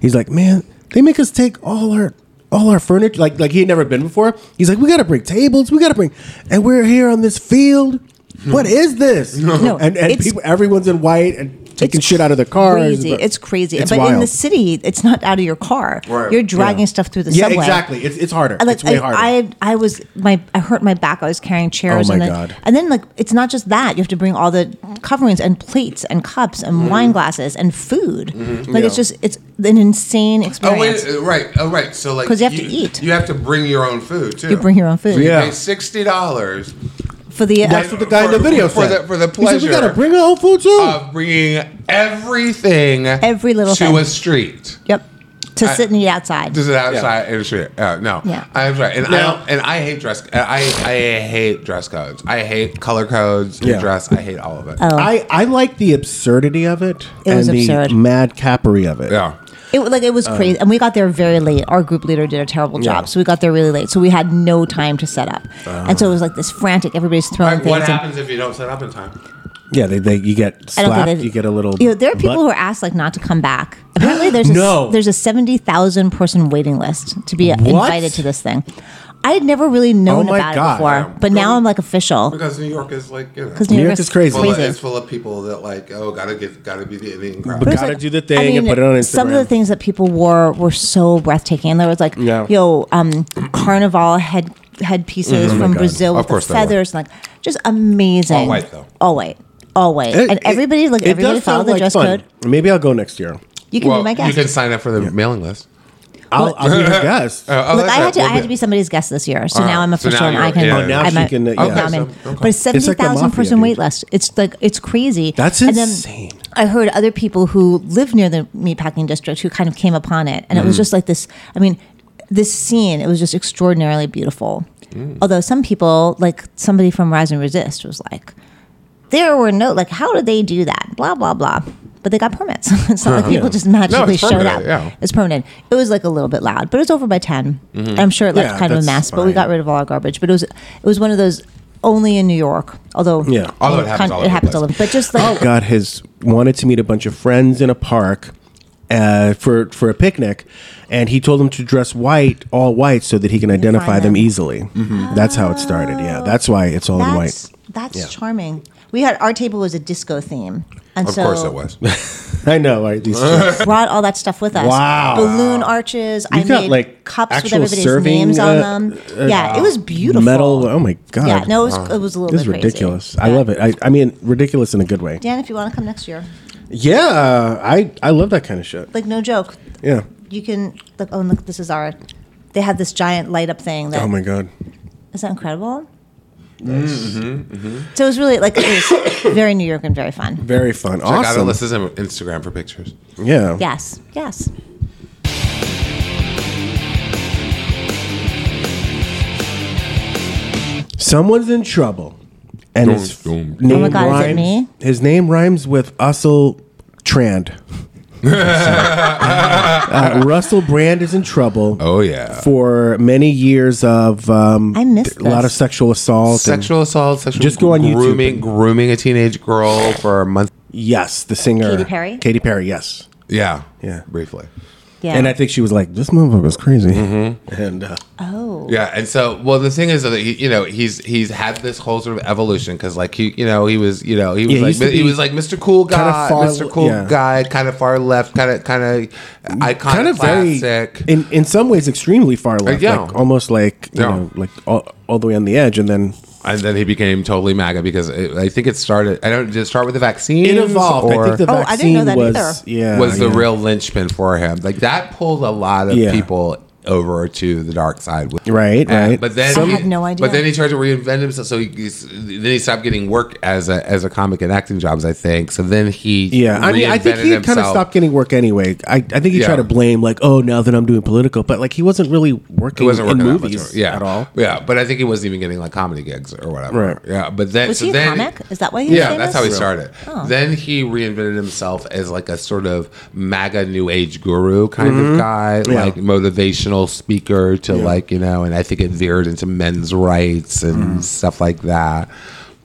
[SPEAKER 3] he's like, man, they make us take all our all our furniture. Like like he had never been before. He's like, we gotta bring tables, we gotta bring, and we're here on this field. What is this?
[SPEAKER 1] No,
[SPEAKER 3] and and
[SPEAKER 1] it's-
[SPEAKER 3] people, everyone's in white and taking shit out of their cars.
[SPEAKER 1] Crazy.
[SPEAKER 3] but-
[SPEAKER 1] It's crazy.
[SPEAKER 3] It's
[SPEAKER 1] but in the
[SPEAKER 3] wild.
[SPEAKER 1] city, it's not out of your car.
[SPEAKER 2] Right.
[SPEAKER 1] You're dragging stuff through the
[SPEAKER 3] yeah,
[SPEAKER 1] subway.
[SPEAKER 3] exactly. It's, it's harder.
[SPEAKER 1] I, like,
[SPEAKER 3] it's way
[SPEAKER 1] I,
[SPEAKER 3] harder.
[SPEAKER 1] I I was my I hurt my back. I was carrying chairs.
[SPEAKER 3] Oh, my
[SPEAKER 1] and then,
[SPEAKER 3] God.
[SPEAKER 1] And then like it's not just that you have to bring all the coverings and plates and cups and
[SPEAKER 2] Mm-hmm.
[SPEAKER 1] wine glasses and food. Like it's
[SPEAKER 3] Yeah.
[SPEAKER 1] just it's an insane
[SPEAKER 2] Oh wait,
[SPEAKER 1] experience.
[SPEAKER 2] uh, right, oh right. So like,
[SPEAKER 1] 'Cause you have to eat.
[SPEAKER 2] You have to bring your own food too.
[SPEAKER 1] you bring your own food
[SPEAKER 3] Yeah.
[SPEAKER 2] Pay sixty dollars
[SPEAKER 1] for the.
[SPEAKER 3] That's
[SPEAKER 1] uh,
[SPEAKER 3] what the guy in the
[SPEAKER 2] for-
[SPEAKER 3] video
[SPEAKER 2] for
[SPEAKER 3] said.
[SPEAKER 2] the- for the
[SPEAKER 3] He said, we
[SPEAKER 2] pleasure
[SPEAKER 3] gotta bring our own food too.
[SPEAKER 1] Uh,
[SPEAKER 2] of bringing everything,
[SPEAKER 1] Every little
[SPEAKER 2] to
[SPEAKER 1] thing.
[SPEAKER 2] a street.
[SPEAKER 1] yep. To sit and eat outside.
[SPEAKER 2] Does it outside and shit? Uh, no.
[SPEAKER 1] Yeah.
[SPEAKER 2] I'm sorry. And I
[SPEAKER 3] Now-
[SPEAKER 2] don't, and I hate dress. uh, I I hate dress codes. I hate color codes.
[SPEAKER 3] Yeah.
[SPEAKER 2] Dress. I hate all of it.
[SPEAKER 1] Oh.
[SPEAKER 3] I, I like the absurdity of it,
[SPEAKER 1] It
[SPEAKER 3] and
[SPEAKER 1] was
[SPEAKER 3] the
[SPEAKER 1] absurd.
[SPEAKER 3] mad cappery of it.
[SPEAKER 2] Yeah.
[SPEAKER 1] It was- like it was crazy, and we got there very late. Our group leader did a terrible job,
[SPEAKER 3] Um, Yeah.
[SPEAKER 1] so we got there really late. So we had no time to set up, and so it was like this frantic. Everybody's throwing
[SPEAKER 2] Like,
[SPEAKER 1] things.
[SPEAKER 2] what
[SPEAKER 1] and-
[SPEAKER 2] happens if you don't set up in time?
[SPEAKER 3] Yeah, they, they you get
[SPEAKER 1] I don't think
[SPEAKER 3] slapped,
[SPEAKER 1] they-
[SPEAKER 3] you get a little.
[SPEAKER 1] You know, there are people
[SPEAKER 3] butt-
[SPEAKER 1] who are asked like not to come back. Apparently, there's a,
[SPEAKER 3] No.
[SPEAKER 1] there's a seventy thousand person waiting list to be invited to this thing. I had never really known
[SPEAKER 3] Oh my
[SPEAKER 1] about
[SPEAKER 3] God.
[SPEAKER 1] it before, but now I'm like official
[SPEAKER 2] Because New York is like you know.
[SPEAKER 1] because
[SPEAKER 3] New York is crazy.
[SPEAKER 2] full of- it's full of people that like oh gotta get gotta be the Indian crowd.
[SPEAKER 3] But-
[SPEAKER 1] But it's
[SPEAKER 3] Gotta do the thing and put it on
[SPEAKER 1] Some of the
[SPEAKER 3] Instagram.
[SPEAKER 1] things that people wore were so breathtaking. And there was like,
[SPEAKER 3] Yeah.
[SPEAKER 1] yo, um, carnival head
[SPEAKER 3] Mm-hmm. Oh
[SPEAKER 1] headpieces from Brazil
[SPEAKER 2] Of
[SPEAKER 1] with the
[SPEAKER 2] course they were.
[SPEAKER 1] feathers, and, like just amazing.
[SPEAKER 2] All white, though.
[SPEAKER 1] All white, all white,
[SPEAKER 3] It-
[SPEAKER 1] and
[SPEAKER 3] it-
[SPEAKER 1] everybody like
[SPEAKER 3] it does
[SPEAKER 1] everybody followed
[SPEAKER 3] sound
[SPEAKER 1] the
[SPEAKER 3] like
[SPEAKER 1] dress
[SPEAKER 3] fun.
[SPEAKER 1] code.
[SPEAKER 3] Maybe I'll go next year.
[SPEAKER 1] You can
[SPEAKER 2] well,
[SPEAKER 1] be my guest.
[SPEAKER 2] you can sign up for the mailing list.
[SPEAKER 3] I'll, I'll be your guest.
[SPEAKER 2] Oh, oh,
[SPEAKER 1] Look,
[SPEAKER 2] that's
[SPEAKER 1] I had
[SPEAKER 2] it.
[SPEAKER 1] to, I
[SPEAKER 2] We'll
[SPEAKER 1] had
[SPEAKER 2] be-
[SPEAKER 1] to be somebody's guest this year, so
[SPEAKER 2] All right.
[SPEAKER 1] now I'm
[SPEAKER 2] So
[SPEAKER 1] official
[SPEAKER 2] now
[SPEAKER 1] and
[SPEAKER 2] you're-
[SPEAKER 1] I can.
[SPEAKER 2] yeah, Oh,
[SPEAKER 3] now
[SPEAKER 1] I
[SPEAKER 3] she
[SPEAKER 1] might-
[SPEAKER 3] can, uh,
[SPEAKER 1] I'm
[SPEAKER 3] yeah.
[SPEAKER 1] in.
[SPEAKER 2] Okay, so- okay.
[SPEAKER 1] But it's
[SPEAKER 3] It's
[SPEAKER 1] seventy
[SPEAKER 3] like the
[SPEAKER 1] thousand
[SPEAKER 3] mafia,
[SPEAKER 1] person
[SPEAKER 3] dude.
[SPEAKER 1] wait list. It's like it's crazy.
[SPEAKER 3] That's
[SPEAKER 1] And then
[SPEAKER 3] insane.
[SPEAKER 1] I heard other people who live near the meatpacking district who kind of came upon it, and it
[SPEAKER 3] Mm.
[SPEAKER 1] was just like this. I mean, this scene. It was just extraordinarily beautiful. Although some people, like somebody from Rise and Resist, was like, there were no like, how did they do that? Blah blah blah. But they got permits. it's not like
[SPEAKER 2] Uh-huh.
[SPEAKER 1] people just magically showed
[SPEAKER 2] permanent,
[SPEAKER 1] up.
[SPEAKER 2] yeah.
[SPEAKER 1] It's permanent. It was like a little bit loud, but it was over by 10 And
[SPEAKER 2] Mm-hmm.
[SPEAKER 1] I'm sure it left
[SPEAKER 3] Yeah,
[SPEAKER 1] kind of a
[SPEAKER 3] that's
[SPEAKER 1] mess, but we
[SPEAKER 3] fine.
[SPEAKER 1] got rid of all our garbage. But it was it was one of those only in New York, although
[SPEAKER 3] Yeah.
[SPEAKER 2] Although it happens all over the place. Oh.
[SPEAKER 1] over. But just like
[SPEAKER 3] got his Oh. wanted to meet a bunch of friends in a park uh, for for a picnic, and he told them to dress white, all white, so that he can identify
[SPEAKER 1] find
[SPEAKER 3] them
[SPEAKER 1] them. Mm-hmm.
[SPEAKER 3] easily. That's how it started. Yeah, that's why it's all in
[SPEAKER 1] that's
[SPEAKER 3] white.
[SPEAKER 1] that's
[SPEAKER 3] Yeah.
[SPEAKER 1] charming. We had our table was a disco theme, and
[SPEAKER 2] Of
[SPEAKER 1] so
[SPEAKER 2] course it was.
[SPEAKER 3] I know. Right? These chicks.
[SPEAKER 1] brought all that stuff with us.
[SPEAKER 3] Wow.
[SPEAKER 1] balloon arches. I
[SPEAKER 3] You've got,
[SPEAKER 1] made
[SPEAKER 3] like,
[SPEAKER 1] cups with
[SPEAKER 3] actual
[SPEAKER 1] everybody's
[SPEAKER 3] serving,
[SPEAKER 1] names
[SPEAKER 3] uh,
[SPEAKER 1] on them. yeah, it was beautiful.
[SPEAKER 3] metal. Oh my god.
[SPEAKER 1] Yeah, no, it was, it was a little
[SPEAKER 3] This is
[SPEAKER 1] bit crazy.
[SPEAKER 3] ridiculous. I love it. I, I mean, ridiculous in a good way.
[SPEAKER 1] Dan, if you want to come next year,
[SPEAKER 3] Yeah, I I love that kind of shit.
[SPEAKER 1] like no joke,
[SPEAKER 3] Yeah.
[SPEAKER 1] you can look. Oh, look, this is our. They had this giant light up thing. That,
[SPEAKER 3] Oh my god.
[SPEAKER 1] Is that incredible?
[SPEAKER 2] Mm-hmm,
[SPEAKER 1] So it was really like it was very New York and very fun.
[SPEAKER 3] Very fun.
[SPEAKER 2] I gotta
[SPEAKER 3] awesome.
[SPEAKER 2] list his Instagram for pictures.
[SPEAKER 3] Yeah.
[SPEAKER 1] Yes, yes.
[SPEAKER 3] Someone's in trouble, and his
[SPEAKER 2] Dun, dun.
[SPEAKER 3] name
[SPEAKER 1] Oh my God, is
[SPEAKER 3] rhymes.
[SPEAKER 1] it me?
[SPEAKER 3] His name rhymes with Russell Trand. uh, Russell Brand is in trouble.
[SPEAKER 2] Oh, yeah.
[SPEAKER 3] For many years of um,
[SPEAKER 1] I missed
[SPEAKER 3] a lot of
[SPEAKER 1] this.
[SPEAKER 3] sexual assault. and-
[SPEAKER 2] Sexual assault, sexual
[SPEAKER 3] Just go on YouTube
[SPEAKER 2] grooming, grooming a teenage girl for a month.
[SPEAKER 3] yes, the singer
[SPEAKER 1] Katy Perry?
[SPEAKER 3] Katy Perry. Yes.
[SPEAKER 2] Yeah,
[SPEAKER 3] Yeah.
[SPEAKER 2] briefly.
[SPEAKER 1] Yeah.
[SPEAKER 3] And I think she was like, "This motherfucker was crazy,"
[SPEAKER 2] Mm-hmm.
[SPEAKER 3] and uh,
[SPEAKER 1] oh.
[SPEAKER 2] Yeah, and so well, the thing is that he, you know he's he's had this whole sort of evolution because like he you know he was you know he was
[SPEAKER 3] Yeah, he
[SPEAKER 2] like
[SPEAKER 3] used to
[SPEAKER 2] he
[SPEAKER 3] be
[SPEAKER 2] was like Mr. Cool
[SPEAKER 3] kinda
[SPEAKER 2] guy,
[SPEAKER 3] far-
[SPEAKER 2] Mr. Cool
[SPEAKER 3] yeah.
[SPEAKER 2] guy, kind of far left, kind of kind of iconic,
[SPEAKER 3] kind of very,
[SPEAKER 2] classic.
[SPEAKER 3] in in some ways, extremely far left.
[SPEAKER 2] yeah.
[SPEAKER 3] Like, almost like you
[SPEAKER 2] Yeah.
[SPEAKER 3] know, like all, all the way on the edge, and then
[SPEAKER 2] and then he became totally MAGA because it, I think it started. I don't did it start with the vaccine.
[SPEAKER 3] it evolved. I
[SPEAKER 2] or-
[SPEAKER 3] think the
[SPEAKER 1] Oh,
[SPEAKER 3] vaccine
[SPEAKER 1] I didn't know that
[SPEAKER 3] was
[SPEAKER 1] either.
[SPEAKER 3] yeah
[SPEAKER 2] was the
[SPEAKER 3] yeah.
[SPEAKER 2] real linchpin for him. Like that pulled a lot of
[SPEAKER 3] Yeah.
[SPEAKER 2] people over to the dark side. With
[SPEAKER 3] Right, right.
[SPEAKER 2] But then
[SPEAKER 1] I had no idea.
[SPEAKER 2] But then he tried to reinvent himself. So he, he's- then he stopped getting work as a as a comic and acting jobs. I think. So then he
[SPEAKER 3] Yeah, I mean, I think
[SPEAKER 2] reinvented
[SPEAKER 3] he kind of
[SPEAKER 2] himself.
[SPEAKER 3] stopped getting work anyway. I, I think he
[SPEAKER 2] Yeah.
[SPEAKER 3] tried to blame like, oh, now that I'm doing political, but like he wasn't really working,
[SPEAKER 2] He wasn't
[SPEAKER 3] in
[SPEAKER 2] working that much,
[SPEAKER 3] movies
[SPEAKER 2] yeah,
[SPEAKER 3] at all.
[SPEAKER 2] Yeah, but I think he wasn't even getting like comedy gigs or whatever.
[SPEAKER 3] Right.
[SPEAKER 2] Yeah, but then
[SPEAKER 1] Was
[SPEAKER 2] so
[SPEAKER 1] he a
[SPEAKER 2] then,
[SPEAKER 1] comic? Is that why he was
[SPEAKER 2] Yeah,
[SPEAKER 1] famous?
[SPEAKER 2] that's how he started. Then he reinvented himself as like a sort of MAGA new age guru kind of guy,
[SPEAKER 3] Mm-hmm. Yeah.
[SPEAKER 2] like motivational speaker to like, you know, and I think it veered into men's rights and
[SPEAKER 3] Mm-hmm.
[SPEAKER 2] stuff like that.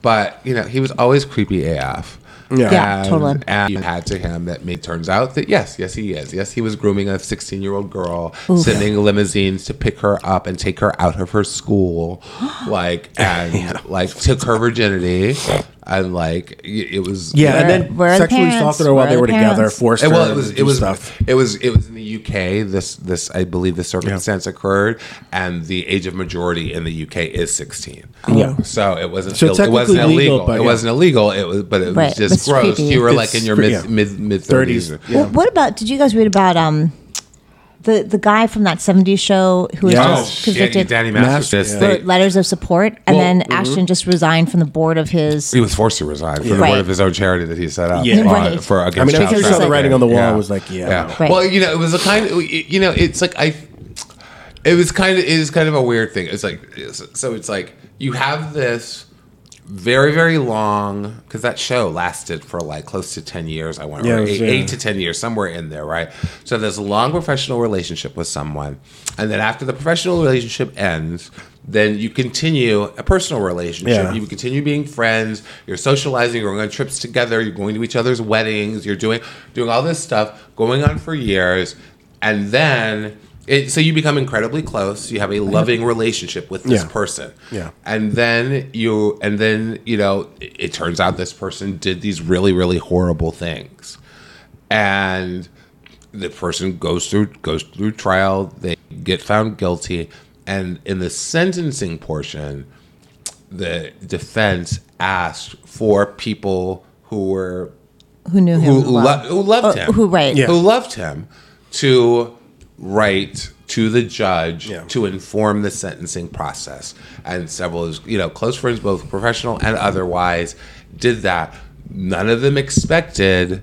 [SPEAKER 2] But, you know, he was always creepy AF.
[SPEAKER 3] Yeah.
[SPEAKER 1] Yeah,
[SPEAKER 2] And-
[SPEAKER 1] totally.
[SPEAKER 2] And you had to him that made turns out that yes, yes, he is. Yes, he was grooming a 16 year old girl, sending limousines to pick her up and take her out of her school, like, and like took her virginity. and like y- it was
[SPEAKER 3] Yeah, and
[SPEAKER 1] Where-
[SPEAKER 3] then
[SPEAKER 1] where are the
[SPEAKER 3] sexually
[SPEAKER 1] parents?
[SPEAKER 3] assaulted her while
[SPEAKER 1] Where are
[SPEAKER 3] they
[SPEAKER 1] the
[SPEAKER 3] were together,
[SPEAKER 1] parents?
[SPEAKER 3] forced
[SPEAKER 2] And,
[SPEAKER 3] her
[SPEAKER 2] well, it was
[SPEAKER 3] to
[SPEAKER 2] it
[SPEAKER 3] do
[SPEAKER 2] was
[SPEAKER 3] stuff.
[SPEAKER 2] it was it was in the UK. This this I believe this circumstance occurred, and the age of majority in the UK is sixteen.
[SPEAKER 3] Oh. Yeah.
[SPEAKER 2] so it wasn't
[SPEAKER 3] So
[SPEAKER 2] ill- it wasn't
[SPEAKER 3] technically legal,
[SPEAKER 2] illegal.
[SPEAKER 3] but
[SPEAKER 2] it
[SPEAKER 3] yeah.
[SPEAKER 2] wasn't illegal. It was but it was
[SPEAKER 1] Right,
[SPEAKER 2] just
[SPEAKER 1] it's
[SPEAKER 2] gross.
[SPEAKER 1] creepy.
[SPEAKER 2] You were
[SPEAKER 3] It's
[SPEAKER 2] like in your
[SPEAKER 3] cre-
[SPEAKER 2] mid
[SPEAKER 3] yeah.
[SPEAKER 2] mid mid
[SPEAKER 3] Thirties,
[SPEAKER 2] thirties.
[SPEAKER 3] yeah.
[SPEAKER 1] Well, what about? Did you guys read about um, the the guy from that '70s show who was
[SPEAKER 3] Yeah.
[SPEAKER 2] Oh,
[SPEAKER 1] just
[SPEAKER 2] shit,
[SPEAKER 1] convicted
[SPEAKER 2] Danny
[SPEAKER 3] Mas-
[SPEAKER 2] Masterson.
[SPEAKER 3] yeah.
[SPEAKER 1] for letters of support, and
[SPEAKER 2] Well, mm-hmm.
[SPEAKER 1] then Ashton just resigned from the board of his.
[SPEAKER 2] he was forced to resign for the
[SPEAKER 1] Right.
[SPEAKER 2] word of his own charity that he set up
[SPEAKER 3] Yeah.
[SPEAKER 2] on-
[SPEAKER 1] Right.
[SPEAKER 2] for against
[SPEAKER 3] I mean, I
[SPEAKER 2] child
[SPEAKER 3] think I saw the
[SPEAKER 2] trafficking.
[SPEAKER 3] writing on the wall
[SPEAKER 2] Yeah.
[SPEAKER 3] was like, yeah,
[SPEAKER 2] yeah.
[SPEAKER 1] Right.
[SPEAKER 2] Well, you know, it was a kind of, you know, it's like I, it was kind of, it is kind of a weird thing. It's like, it's- so it's like you have this very, very long, because that show lasted for like close to 10 years, I want to
[SPEAKER 3] Yeah, it was,
[SPEAKER 2] eight,
[SPEAKER 3] yeah.
[SPEAKER 2] eight to 10 years, somewhere in there, right? So there's a long professional relationship with someone. And then after the professional relationship ends, then you continue a personal relationship.
[SPEAKER 3] Yeah.
[SPEAKER 2] You continue being friends. You're socializing. You're going on trips together. You're going to each other's weddings. You're doing doing all this stuff going on for years, and then it, so you become incredibly close. You have a loving relationship with this
[SPEAKER 3] Yeah.
[SPEAKER 2] person.
[SPEAKER 3] Yeah.
[SPEAKER 2] and then you and then you know it, it turns out this person did these really really horrible things, and the person goes through goes through trial. They get found guilty, and in the sentencing portion the defense asked for people who were
[SPEAKER 1] Who knew him?
[SPEAKER 2] who, who,
[SPEAKER 1] well.
[SPEAKER 2] lo- who loved
[SPEAKER 1] Or
[SPEAKER 2] him,
[SPEAKER 1] who- right. Yeah.
[SPEAKER 2] who loved him, to write to the judge
[SPEAKER 3] Yeah.
[SPEAKER 2] to inform the sentencing process. And several, of his, you know, close friends, both professional and otherwise, did that. None of them expected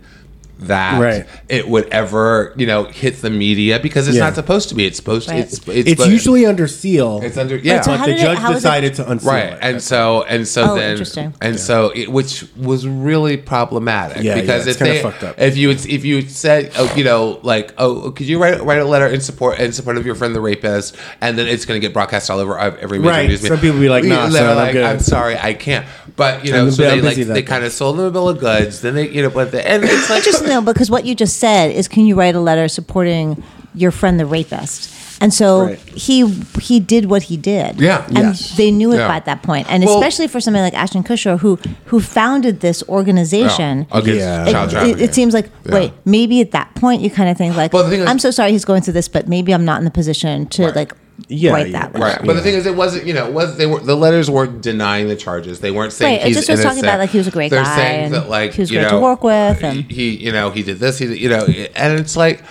[SPEAKER 2] that
[SPEAKER 3] Right.
[SPEAKER 2] it would ever, you know, hit the media because it's
[SPEAKER 3] Yeah.
[SPEAKER 2] not supposed to be. It's supposed.
[SPEAKER 1] Right.
[SPEAKER 2] It's it's,
[SPEAKER 3] It's usually under seal.
[SPEAKER 2] it's under yeah.
[SPEAKER 1] So how
[SPEAKER 3] the
[SPEAKER 1] did it-
[SPEAKER 3] judge
[SPEAKER 1] how is it-
[SPEAKER 3] decided to unseal
[SPEAKER 2] right
[SPEAKER 3] it.
[SPEAKER 2] and so and so
[SPEAKER 1] Oh,
[SPEAKER 2] then
[SPEAKER 1] interesting.
[SPEAKER 2] and so it, which was really problematic
[SPEAKER 3] Yeah, yeah,
[SPEAKER 2] because
[SPEAKER 3] it's
[SPEAKER 2] if
[SPEAKER 3] kinda
[SPEAKER 2] they
[SPEAKER 3] fucked up.
[SPEAKER 2] if you had- if you had said oh, you know like oh could you write write a letter in support in support of your friend the rapist and then it's going to get broadcast all over ev- every major
[SPEAKER 3] Right.
[SPEAKER 2] news media.
[SPEAKER 3] Some people be like, nah,
[SPEAKER 2] They're
[SPEAKER 3] son, I'm
[SPEAKER 2] like,
[SPEAKER 3] good.
[SPEAKER 2] sorry I can't but you
[SPEAKER 3] I'm
[SPEAKER 2] know so
[SPEAKER 3] bu- I'm
[SPEAKER 2] they like
[SPEAKER 3] busy that
[SPEAKER 2] they
[SPEAKER 3] day.
[SPEAKER 2] kind of sold them a bill of goods then they you know but the, and it's like
[SPEAKER 1] Interesting though, because what you just said is, can you write a letter supporting your friend the rapist? And so
[SPEAKER 3] Right.
[SPEAKER 1] he he did what he did.
[SPEAKER 2] Yeah.
[SPEAKER 1] and
[SPEAKER 3] Yes.
[SPEAKER 1] they knew it
[SPEAKER 2] Yeah.
[SPEAKER 1] by that point, and
[SPEAKER 2] Well- Oh,
[SPEAKER 1] especially for somebody like Ashton Kutcher, who who founded this organization.
[SPEAKER 2] against
[SPEAKER 3] Yeah.
[SPEAKER 1] It,
[SPEAKER 2] Oh, child
[SPEAKER 1] it,
[SPEAKER 2] trafficking
[SPEAKER 1] it seems like
[SPEAKER 2] Yeah.
[SPEAKER 1] wait, maybe at that point you kind of think like,
[SPEAKER 2] Well, the thing is-
[SPEAKER 1] I'm so sorry he's going through this, but maybe I'm not in the position to
[SPEAKER 2] Right.
[SPEAKER 1] like
[SPEAKER 3] Yeah,
[SPEAKER 1] write
[SPEAKER 3] yeah,
[SPEAKER 1] that.
[SPEAKER 3] right.
[SPEAKER 1] letter.
[SPEAKER 2] Right, but the thing is, it wasn't. You know, it was they were the letters weren't denying the charges. They weren't saying
[SPEAKER 1] Right, it
[SPEAKER 2] he's
[SPEAKER 1] just was talking
[SPEAKER 2] innocent.
[SPEAKER 1] about, like, he was a great
[SPEAKER 2] They're
[SPEAKER 1] guy
[SPEAKER 2] saying
[SPEAKER 1] and
[SPEAKER 2] that like
[SPEAKER 1] he was
[SPEAKER 2] you
[SPEAKER 1] great to
[SPEAKER 2] know,
[SPEAKER 1] work with and-
[SPEAKER 2] he, you know, he did this. He, did, you know, and it's like,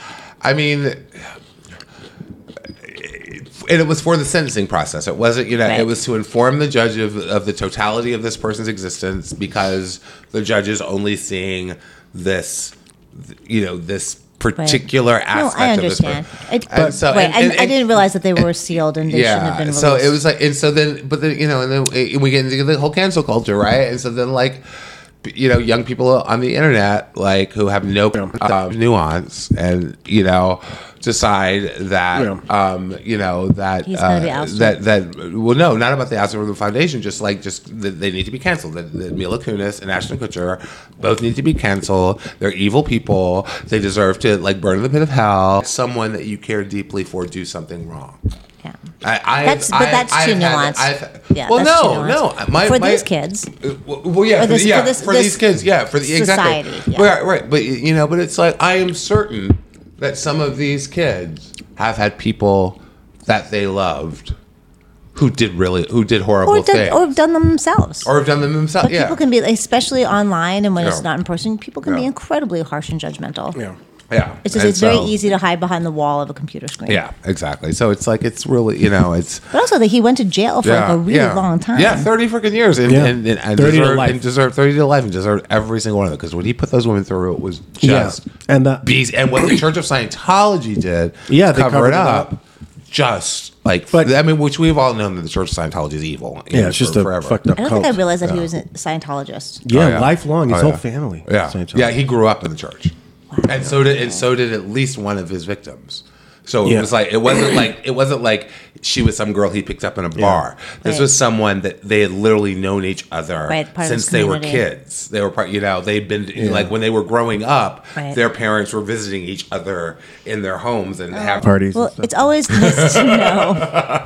[SPEAKER 2] I mean, and it was for the sentencing process. It wasn't. You know,
[SPEAKER 1] Right.
[SPEAKER 2] it was to inform the judge of of the totality of this person's existence because the judge is only seeing this. You know, this particular aspect
[SPEAKER 1] no, I
[SPEAKER 2] of this
[SPEAKER 1] understand.
[SPEAKER 2] person.
[SPEAKER 1] It,
[SPEAKER 2] And
[SPEAKER 1] but,
[SPEAKER 2] so-
[SPEAKER 1] right,
[SPEAKER 2] and- and-
[SPEAKER 1] I, I didn't realize that they were sealed and they shouldn't have been released.
[SPEAKER 2] so it was like, and so then, but then you know, and then it- we get into the whole cancel culture, right? And so then, like, you know, young people on the internet, like, who have no uh, nuance, and you know, decide that,
[SPEAKER 3] Yeah.
[SPEAKER 2] um, you know, that
[SPEAKER 1] He's gonna be
[SPEAKER 2] uh,
[SPEAKER 1] ousted.
[SPEAKER 2] that that well, no, not about the ouster of the foundation, just like just that they need to be canceled. That, that Mila Kunis and Ashton Kutcher both need to be canceled. They're evil people. They deserve to like burn in the pit of hell. Someone that you care deeply for do something wrong.
[SPEAKER 1] yeah.
[SPEAKER 2] I, I
[SPEAKER 1] That's- but that's
[SPEAKER 2] I've
[SPEAKER 1] too
[SPEAKER 2] had-
[SPEAKER 1] nuanced.
[SPEAKER 2] I've-
[SPEAKER 1] Yeah,
[SPEAKER 2] well,
[SPEAKER 1] that's
[SPEAKER 2] no,
[SPEAKER 1] too
[SPEAKER 2] no.
[SPEAKER 1] nuanced. For these kids.
[SPEAKER 2] Uh, Well, well, yeah,
[SPEAKER 1] For
[SPEAKER 2] for, the-
[SPEAKER 1] this- for
[SPEAKER 2] yeah, for,
[SPEAKER 1] this-
[SPEAKER 2] these
[SPEAKER 1] this
[SPEAKER 2] kids, yeah, for the
[SPEAKER 1] society,
[SPEAKER 2] exactly.
[SPEAKER 1] yeah.
[SPEAKER 2] Right, right. But you know, but it's like I am certain that some of these kids have had people that they loved who did really who did horrible
[SPEAKER 1] Or done,
[SPEAKER 2] things
[SPEAKER 1] or done them themselves.
[SPEAKER 2] or have done them themselves.
[SPEAKER 1] But
[SPEAKER 2] yeah,
[SPEAKER 1] people can be, especially online and when it's
[SPEAKER 2] Yeah.
[SPEAKER 1] not in person, people can be
[SPEAKER 2] Yeah.
[SPEAKER 1] incredibly harsh and judgmental.
[SPEAKER 3] yeah.
[SPEAKER 2] yeah.
[SPEAKER 1] It's just
[SPEAKER 2] And
[SPEAKER 1] it's very
[SPEAKER 2] so-
[SPEAKER 1] easy to hide behind the wall of a computer screen.
[SPEAKER 2] Yeah, exactly. So it's like it's really you know it's
[SPEAKER 1] But also that he went to jail for like a really
[SPEAKER 2] yeah.
[SPEAKER 1] long time.
[SPEAKER 2] Yeah, thirty freaking years, and,
[SPEAKER 3] Yeah.
[SPEAKER 2] and, and, and
[SPEAKER 3] 30 to
[SPEAKER 2] deserved,
[SPEAKER 3] life.
[SPEAKER 2] and deserved thirty to life, and deserved every single one of them. Because what he put those women through was just
[SPEAKER 3] Yeah. And the-
[SPEAKER 2] beast. And what the Church of Scientology did,
[SPEAKER 3] Yeah,
[SPEAKER 2] to
[SPEAKER 3] they
[SPEAKER 2] cover
[SPEAKER 3] covered
[SPEAKER 2] it
[SPEAKER 3] it
[SPEAKER 2] up, just like
[SPEAKER 3] But-
[SPEAKER 2] I mean, which we've all known that the Church of Scientology is evil. you
[SPEAKER 3] Yeah,
[SPEAKER 2] know,
[SPEAKER 3] it's just
[SPEAKER 2] for-
[SPEAKER 3] a fucked up
[SPEAKER 1] I don't
[SPEAKER 3] cult.
[SPEAKER 1] think I realized that he was a Scientologist.
[SPEAKER 3] yeah,
[SPEAKER 2] Oh, yeah.
[SPEAKER 3] lifelong, his
[SPEAKER 2] Oh,
[SPEAKER 3] whole
[SPEAKER 2] yeah.
[SPEAKER 3] family.
[SPEAKER 2] Yeah,
[SPEAKER 3] Scientology.
[SPEAKER 2] yeah, he grew up in the church, and so did and so did at least one of his victims. So it
[SPEAKER 3] Yeah.
[SPEAKER 2] was like it wasn't like it wasn't like she was some girl he picked up in a bar. This
[SPEAKER 1] Right.
[SPEAKER 2] was someone that they had literally known each other
[SPEAKER 1] Right, part of
[SPEAKER 2] since
[SPEAKER 1] his
[SPEAKER 2] they were
[SPEAKER 1] community.
[SPEAKER 2] kids. They were part, you know, they'd been like when they were growing up,
[SPEAKER 1] Right.
[SPEAKER 2] their parents were visiting each
[SPEAKER 1] Oh.
[SPEAKER 2] other in their homes and have
[SPEAKER 3] parties.
[SPEAKER 1] Well,
[SPEAKER 3] and stuff.
[SPEAKER 1] it's always nice to know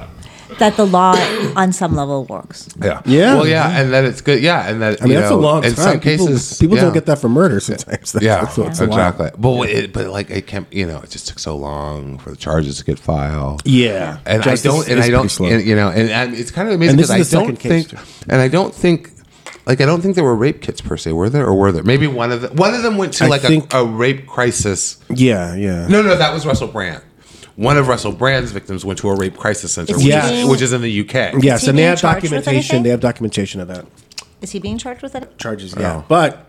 [SPEAKER 1] that the law on some level works.
[SPEAKER 2] Yeah.
[SPEAKER 3] Yeah.
[SPEAKER 2] Well, yeah, and that it's good. Yeah, and that
[SPEAKER 3] I mean,
[SPEAKER 2] you
[SPEAKER 3] that's
[SPEAKER 2] know,
[SPEAKER 3] a long
[SPEAKER 2] in
[SPEAKER 3] time.
[SPEAKER 2] some
[SPEAKER 3] people
[SPEAKER 2] cases,
[SPEAKER 3] people
[SPEAKER 2] yeah.
[SPEAKER 3] don't get that for murder sometimes. That's,
[SPEAKER 2] Yeah,
[SPEAKER 3] that's what's wild.
[SPEAKER 2] exactly. But it, but like it can't. You know, it just took so long for the charges to get filed.
[SPEAKER 3] Yeah,
[SPEAKER 2] and
[SPEAKER 3] Justice
[SPEAKER 2] I don't, and
[SPEAKER 3] is
[SPEAKER 2] I
[SPEAKER 3] pretty
[SPEAKER 2] don't,
[SPEAKER 3] slow.
[SPEAKER 2] and, you know, and, and it's kind of amazing
[SPEAKER 3] And this
[SPEAKER 2] because I
[SPEAKER 3] is the
[SPEAKER 2] don't
[SPEAKER 3] second case,
[SPEAKER 2] think, and I don't think, like, I don't think there were rape kits per se, were there, or were there? Maybe one of them, one of them went to
[SPEAKER 3] I
[SPEAKER 2] like
[SPEAKER 3] think-
[SPEAKER 2] a, a rape crisis.
[SPEAKER 3] yeah, yeah.
[SPEAKER 2] No, no, that was Russell Brand. One of Russell Brand's victims went to a rape crisis center,
[SPEAKER 1] Is he
[SPEAKER 2] which, is,
[SPEAKER 3] being-
[SPEAKER 2] which is in the UK.
[SPEAKER 3] yes,
[SPEAKER 1] he
[SPEAKER 3] and they
[SPEAKER 1] being
[SPEAKER 3] have
[SPEAKER 1] charged with
[SPEAKER 3] documentation.
[SPEAKER 1] anything?
[SPEAKER 3] They have documentation of that
[SPEAKER 1] Is he being charged with it?
[SPEAKER 3] charges. Yeah, but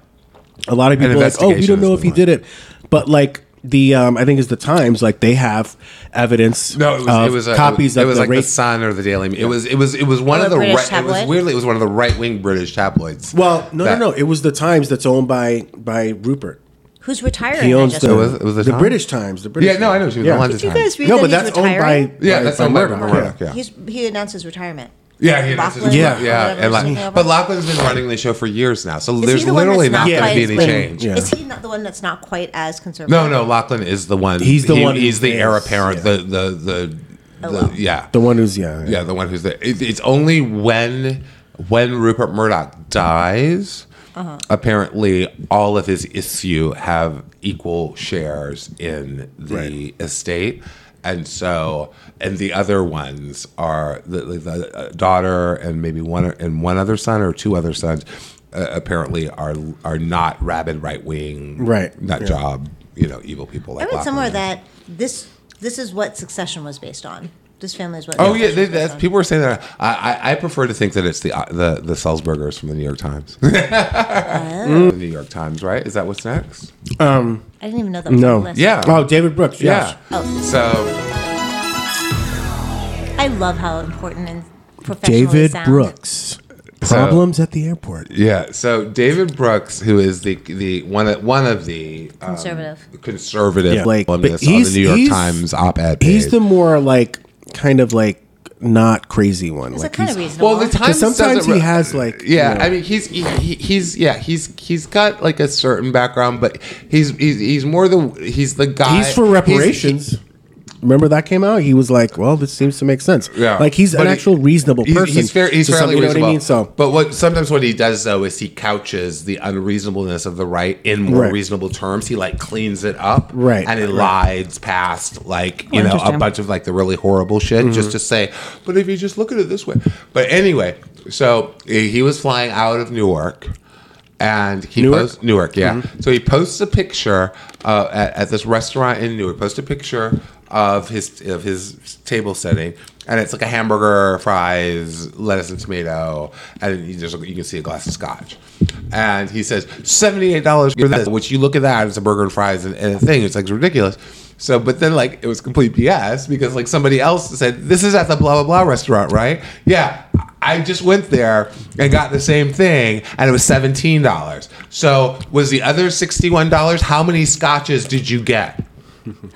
[SPEAKER 3] a lot of
[SPEAKER 2] Oh. An
[SPEAKER 3] people are like, oh, we
[SPEAKER 2] investigation
[SPEAKER 3] don't know
[SPEAKER 2] is
[SPEAKER 3] if he
[SPEAKER 2] the
[SPEAKER 3] did it, but like. The um, I think it's the Times. Like they have evidence.
[SPEAKER 2] No, it was,
[SPEAKER 3] of
[SPEAKER 2] it was a,
[SPEAKER 3] copies
[SPEAKER 2] It
[SPEAKER 3] of
[SPEAKER 2] was
[SPEAKER 3] the
[SPEAKER 2] like
[SPEAKER 3] rape
[SPEAKER 2] the Sun or the Daily. Mail. It was it was it was one
[SPEAKER 1] Or
[SPEAKER 2] of
[SPEAKER 1] a
[SPEAKER 2] the
[SPEAKER 1] British
[SPEAKER 2] right, it was
[SPEAKER 1] tabloid?
[SPEAKER 2] weirdly it was one of the right wing British tabloids.
[SPEAKER 3] Well, no,
[SPEAKER 2] that-
[SPEAKER 3] no, no. It was the Times that's owned by by Rupert.
[SPEAKER 1] Who's retiring?
[SPEAKER 3] He
[SPEAKER 1] I
[SPEAKER 3] owns
[SPEAKER 1] just
[SPEAKER 3] the,
[SPEAKER 2] It was- it was the
[SPEAKER 3] the,
[SPEAKER 2] Times?
[SPEAKER 3] British Times. The British
[SPEAKER 2] Yeah, no, I know what you mean, the London-
[SPEAKER 1] Did you guys read
[SPEAKER 3] No,
[SPEAKER 1] that
[SPEAKER 3] but
[SPEAKER 1] he's
[SPEAKER 3] that's owned by
[SPEAKER 1] retiring?
[SPEAKER 2] Yeah,
[SPEAKER 3] by-
[SPEAKER 2] that's
[SPEAKER 3] by
[SPEAKER 2] owned by
[SPEAKER 3] Murdoch,
[SPEAKER 2] Murdoch, yeah.
[SPEAKER 1] He's, he announced his retirement.
[SPEAKER 2] Yeah, he announced
[SPEAKER 1] Lachlan
[SPEAKER 2] his-
[SPEAKER 3] Yeah.
[SPEAKER 2] yeah,
[SPEAKER 1] whatever,
[SPEAKER 2] and like,
[SPEAKER 1] something like
[SPEAKER 2] but
[SPEAKER 1] that.
[SPEAKER 2] Lachlan's been running the show for years now, so
[SPEAKER 1] Is
[SPEAKER 2] there's
[SPEAKER 1] he the one
[SPEAKER 2] llay's
[SPEAKER 1] that's
[SPEAKER 2] not
[SPEAKER 3] Yeah,
[SPEAKER 2] going to be
[SPEAKER 1] quite-
[SPEAKER 2] any
[SPEAKER 1] wait,
[SPEAKER 2] change.
[SPEAKER 3] Yeah.
[SPEAKER 1] Is he not the one that's not quite as conservative?
[SPEAKER 2] No, no, Lachlan is the one.
[SPEAKER 3] He's the
[SPEAKER 2] he-
[SPEAKER 3] one who
[SPEAKER 2] He's the heir
[SPEAKER 3] is,
[SPEAKER 2] apparent.
[SPEAKER 3] yeah.
[SPEAKER 2] The the the, the
[SPEAKER 1] Oh, well.
[SPEAKER 2] yeah
[SPEAKER 3] The one who's yeah,
[SPEAKER 2] yeah the one who's there. It, it's only when when Rupert Murdoch dies. Apparently, all of his issue have equal shares in the
[SPEAKER 3] Right.
[SPEAKER 2] estate, and so and the other ones are the, the, the uh, daughter and maybe one or- and one other son or two other sons. Uh, apparently, are are not rabid right wing,
[SPEAKER 3] Right,
[SPEAKER 2] nut
[SPEAKER 3] yeah.
[SPEAKER 2] job, you know, evil people.
[SPEAKER 1] I
[SPEAKER 2] Like
[SPEAKER 1] read
[SPEAKER 2] Lachlan
[SPEAKER 1] somewhere
[SPEAKER 2] and-
[SPEAKER 1] that this this is what Succession was based on. This family is what.
[SPEAKER 2] Oh yeah,
[SPEAKER 1] Succession
[SPEAKER 2] they,
[SPEAKER 1] was based
[SPEAKER 2] that's,
[SPEAKER 1] on.
[SPEAKER 2] people are saying that. I, I, I prefer to think that it's the uh, the the Selsbergers from the New York Times.
[SPEAKER 1] Oh,
[SPEAKER 2] the New York Times, right? Is that what's next?
[SPEAKER 1] I didn't even know that. Was
[SPEAKER 3] No.
[SPEAKER 1] on the list.
[SPEAKER 2] Yeah.
[SPEAKER 3] Oh, David Brooks. Yes.
[SPEAKER 2] Yeah.
[SPEAKER 1] Oh.
[SPEAKER 2] So
[SPEAKER 1] I love how important and professionally
[SPEAKER 3] David
[SPEAKER 1] sound.
[SPEAKER 3] Brooks. Problems at the airport.
[SPEAKER 2] yeah, so David Brooks, who is the the one of- one of the um,
[SPEAKER 1] Conservative.
[SPEAKER 2] conservative
[SPEAKER 3] Yeah. Like, but
[SPEAKER 2] columnists on the
[SPEAKER 3] he's-
[SPEAKER 2] New York
[SPEAKER 3] he's-
[SPEAKER 2] Times op-ed.
[SPEAKER 3] He's
[SPEAKER 2] page.
[SPEAKER 3] the more like kind of like not crazy one.
[SPEAKER 1] It's
[SPEAKER 3] like
[SPEAKER 1] kind of
[SPEAKER 3] he's-
[SPEAKER 1] reasonable.
[SPEAKER 2] well, the Times
[SPEAKER 3] sometimes
[SPEAKER 2] doesn't
[SPEAKER 3] he
[SPEAKER 2] re-
[SPEAKER 3] has, like,
[SPEAKER 2] yeah.
[SPEAKER 3] you know-
[SPEAKER 2] I mean, he's he, he- he's yeah he's he's got like a certain background, but he's he's, he's more the he's the guy.
[SPEAKER 3] He's for reparations. Remember that came out? He was like, "Well, this seems to make sense."
[SPEAKER 2] Yeah,
[SPEAKER 3] like he's
[SPEAKER 2] But
[SPEAKER 3] an
[SPEAKER 2] he-
[SPEAKER 3] actual reasonable
[SPEAKER 2] he's-
[SPEAKER 3] person.
[SPEAKER 2] He's, fair, he's
[SPEAKER 3] to some-
[SPEAKER 2] fairly
[SPEAKER 3] you know
[SPEAKER 2] reasonable.
[SPEAKER 3] What I mean? So
[SPEAKER 2] but what sometimes what he does though is he couches the unreasonableness of the right in more
[SPEAKER 3] Right.
[SPEAKER 2] reasonable terms. He like cleans it up,
[SPEAKER 3] Right,
[SPEAKER 2] and he
[SPEAKER 3] right.
[SPEAKER 2] lies past like you know a
[SPEAKER 1] interesting.
[SPEAKER 2] bunch of like the really horrible shit just to say. But if you just look at it this way, but anyway, so he he was flying out of Newark. And he
[SPEAKER 3] Newark?
[SPEAKER 2] posts Newark, yeah. So he posts a picture uh, at, at this restaurant in Newark. Posts a picture of his of his table setting, and it's like a hamburger, fries, lettuce and tomato, and you just you can see a glass of scotch. And he says seventy eight dollars for this, which you look at that, it's a burger and fries and, and a thing. It's like it's ridiculous. So, but then like it was complete BS because like somebody else said this is at the blah blah blah restaurant, right? Yeah, I just went there and got the same thing, and it was seventeen dollars. So was the other sixty-one dollars? How many scotches did you get?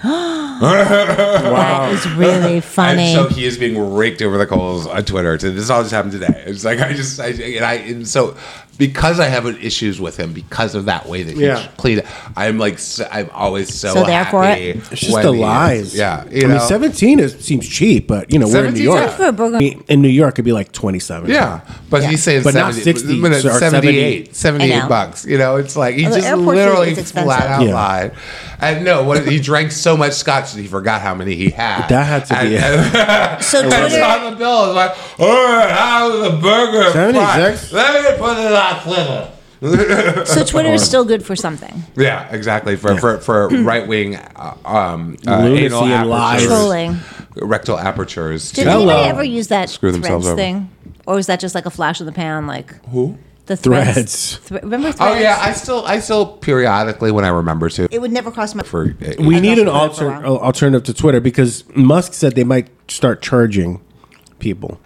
[SPEAKER 1] That is really funny.
[SPEAKER 2] And so he is being raked over the coals on Twitter. So this all just happened today. It's like I just I, and I and so because I have issues with him because of that way that he
[SPEAKER 3] Yeah.
[SPEAKER 2] cleaned. I'm like so, I'm always so,
[SPEAKER 1] So therefore
[SPEAKER 2] happy.
[SPEAKER 1] it-
[SPEAKER 3] it's just
[SPEAKER 2] when
[SPEAKER 3] the
[SPEAKER 2] he is-
[SPEAKER 3] lies.
[SPEAKER 2] Yeah,
[SPEAKER 3] I mean, seventeen is, seems cheap, but you know we're in
[SPEAKER 2] 17
[SPEAKER 3] New York.
[SPEAKER 2] is-
[SPEAKER 1] for a burger.
[SPEAKER 3] in New York, it'd be like twenty-seven.
[SPEAKER 2] Yeah, but he's saying
[SPEAKER 3] But not
[SPEAKER 2] 70,
[SPEAKER 3] 60,
[SPEAKER 2] but
[SPEAKER 3] or
[SPEAKER 2] 78, 78
[SPEAKER 1] I know.
[SPEAKER 2] bucks. You know, it's like he
[SPEAKER 1] Although
[SPEAKER 2] just
[SPEAKER 1] airport food
[SPEAKER 2] literally
[SPEAKER 1] is expensive.
[SPEAKER 2] flat out
[SPEAKER 3] Yeah.
[SPEAKER 2] lied. And no, what, he drank so much scotch that he forgot how many he had.
[SPEAKER 3] That had to be
[SPEAKER 2] And, and,
[SPEAKER 1] So
[SPEAKER 2] it's
[SPEAKER 1] Twitter,
[SPEAKER 2] on the bill. It's like, all right, how was the burger? and
[SPEAKER 3] 76?
[SPEAKER 2] fries? Let me put it on Twitter.
[SPEAKER 1] so Twitter is still good for something.
[SPEAKER 2] Yeah, exactly. For for, for right wing uh, um, uh,
[SPEAKER 3] Lunacy
[SPEAKER 2] anal
[SPEAKER 3] and lies.
[SPEAKER 2] apertures,
[SPEAKER 1] Trolling.
[SPEAKER 2] rectal apertures.
[SPEAKER 1] Did
[SPEAKER 2] to-
[SPEAKER 3] Hello.
[SPEAKER 1] anybody ever use that
[SPEAKER 2] Screw themselves
[SPEAKER 1] threads
[SPEAKER 2] over.
[SPEAKER 1] thing, or was that just like a flash in the pan? Like
[SPEAKER 2] Who?
[SPEAKER 1] the threads.
[SPEAKER 3] Threads.
[SPEAKER 1] Thre- remember
[SPEAKER 2] Oh
[SPEAKER 1] threads?
[SPEAKER 2] yeah, I still I still periodically when I remember to.
[SPEAKER 1] it would never cross my.
[SPEAKER 2] For uh,
[SPEAKER 3] we
[SPEAKER 1] I've
[SPEAKER 3] need
[SPEAKER 1] also
[SPEAKER 3] an
[SPEAKER 1] been there for a
[SPEAKER 3] alter- uh,
[SPEAKER 1] while.
[SPEAKER 3] alternative to Twitter because Musk said they might start charging people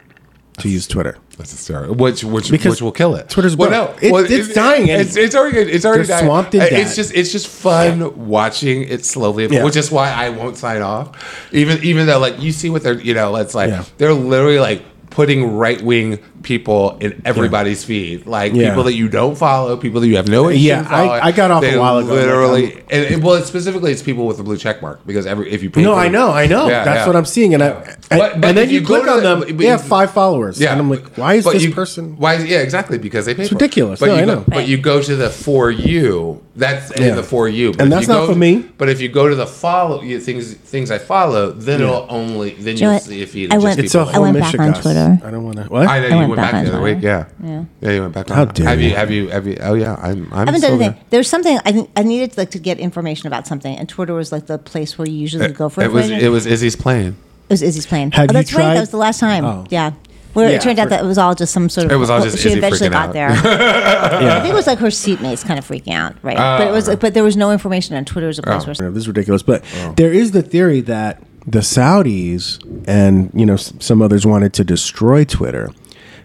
[SPEAKER 3] to use Twitter.
[SPEAKER 2] That's hysterical. Which which
[SPEAKER 3] Because
[SPEAKER 2] which will kill it.
[SPEAKER 3] Twitter's
[SPEAKER 2] well, no,
[SPEAKER 3] broke. It-
[SPEAKER 2] well,
[SPEAKER 3] it's dying.
[SPEAKER 2] It's, it's already it's already
[SPEAKER 3] They're
[SPEAKER 2] dying. Uh,
[SPEAKER 3] swamped in
[SPEAKER 2] It's
[SPEAKER 3] debt.
[SPEAKER 2] just it's just fun watching it slowly,
[SPEAKER 3] Yeah.
[SPEAKER 2] which is why I won't sign off. Even even though like you see what they're you know it's like
[SPEAKER 3] Yeah.
[SPEAKER 2] they're literally like putting right wing people in everybody's feed, like
[SPEAKER 3] Yeah.
[SPEAKER 2] people that you don't follow, people that you have no issue
[SPEAKER 3] Yeah, I-
[SPEAKER 2] following.
[SPEAKER 3] I got off a
[SPEAKER 2] They
[SPEAKER 3] while ago, like,
[SPEAKER 2] Literally, and, and- well, it's specifically it's people with the blue check mark because every if you pay
[SPEAKER 3] No,
[SPEAKER 2] for
[SPEAKER 3] I
[SPEAKER 2] them-
[SPEAKER 3] know, I know.
[SPEAKER 2] Yeah,
[SPEAKER 3] That's
[SPEAKER 2] yeah.
[SPEAKER 3] what I'm seeing, and I and,
[SPEAKER 2] But- but
[SPEAKER 3] and then
[SPEAKER 2] if
[SPEAKER 3] you,
[SPEAKER 2] you go
[SPEAKER 3] click
[SPEAKER 2] to
[SPEAKER 3] on
[SPEAKER 2] the-
[SPEAKER 3] them.
[SPEAKER 2] but
[SPEAKER 3] they
[SPEAKER 2] you-
[SPEAKER 3] have five followers,
[SPEAKER 2] Yeah,
[SPEAKER 3] and I'm like, why is
[SPEAKER 2] but
[SPEAKER 3] this
[SPEAKER 2] you-
[SPEAKER 3] person?
[SPEAKER 2] Why? is- Yeah, exactly. Because they pay. It's
[SPEAKER 3] ridiculous.
[SPEAKER 2] But
[SPEAKER 3] No,
[SPEAKER 2] you
[SPEAKER 3] I
[SPEAKER 2] go,
[SPEAKER 3] know.
[SPEAKER 2] But you go to the for you. That's
[SPEAKER 3] Yeah.
[SPEAKER 2] in the for you. But
[SPEAKER 3] And
[SPEAKER 2] if
[SPEAKER 3] that's
[SPEAKER 2] you
[SPEAKER 3] not
[SPEAKER 2] go-
[SPEAKER 3] for me.
[SPEAKER 2] But if you go to the follow you, things, things I follow, then it'll only then
[SPEAKER 1] know
[SPEAKER 2] you'll
[SPEAKER 1] what?
[SPEAKER 2] see if you
[SPEAKER 1] I
[SPEAKER 2] just
[SPEAKER 1] went-
[SPEAKER 3] It's a
[SPEAKER 2] people.
[SPEAKER 1] I
[SPEAKER 3] whole
[SPEAKER 1] went back on
[SPEAKER 3] Michigas.
[SPEAKER 1] Twitter.
[SPEAKER 3] I don't want to. What?
[SPEAKER 2] I know
[SPEAKER 1] I
[SPEAKER 2] you
[SPEAKER 1] went
[SPEAKER 2] went
[SPEAKER 1] back
[SPEAKER 2] back,
[SPEAKER 1] on
[SPEAKER 2] the other
[SPEAKER 1] Twitter.
[SPEAKER 2] week. Yeah.
[SPEAKER 1] Yeah.
[SPEAKER 2] Yeah, you went back.
[SPEAKER 3] How
[SPEAKER 2] on.
[SPEAKER 3] dare
[SPEAKER 2] have you,
[SPEAKER 3] you.
[SPEAKER 2] Have you? Have you? Oh yeah. I'm. I'm
[SPEAKER 1] I haven't
[SPEAKER 2] still
[SPEAKER 1] done
[SPEAKER 2] there.
[SPEAKER 1] anything. There was something I think I needed like to get information about something, and Twitter was like the place where you usually go for
[SPEAKER 2] It was.
[SPEAKER 1] information.
[SPEAKER 2] It was Izzy's plane.
[SPEAKER 1] It was Izzy's plane.
[SPEAKER 3] Have
[SPEAKER 1] oh,
[SPEAKER 3] you
[SPEAKER 1] that's right.
[SPEAKER 3] tried-
[SPEAKER 1] That was the last time.
[SPEAKER 3] Oh.
[SPEAKER 1] Yeah. Where
[SPEAKER 3] Yeah,
[SPEAKER 1] it turned
[SPEAKER 3] for-
[SPEAKER 1] out that it was all just some sort of.
[SPEAKER 2] It was all
[SPEAKER 1] well,
[SPEAKER 2] just
[SPEAKER 1] she
[SPEAKER 2] Izzy
[SPEAKER 1] eventually
[SPEAKER 2] freaking
[SPEAKER 1] got
[SPEAKER 2] out.
[SPEAKER 1] there. I think it was like her seatmates kind of freaking out, right?
[SPEAKER 2] Oh.
[SPEAKER 1] but it was, but there was no information on Twitter. Was a place where
[SPEAKER 3] know, this is ridiculous. But
[SPEAKER 2] Oh.
[SPEAKER 3] there is the theory that the Saudis and you know s- some others wanted to destroy Twitter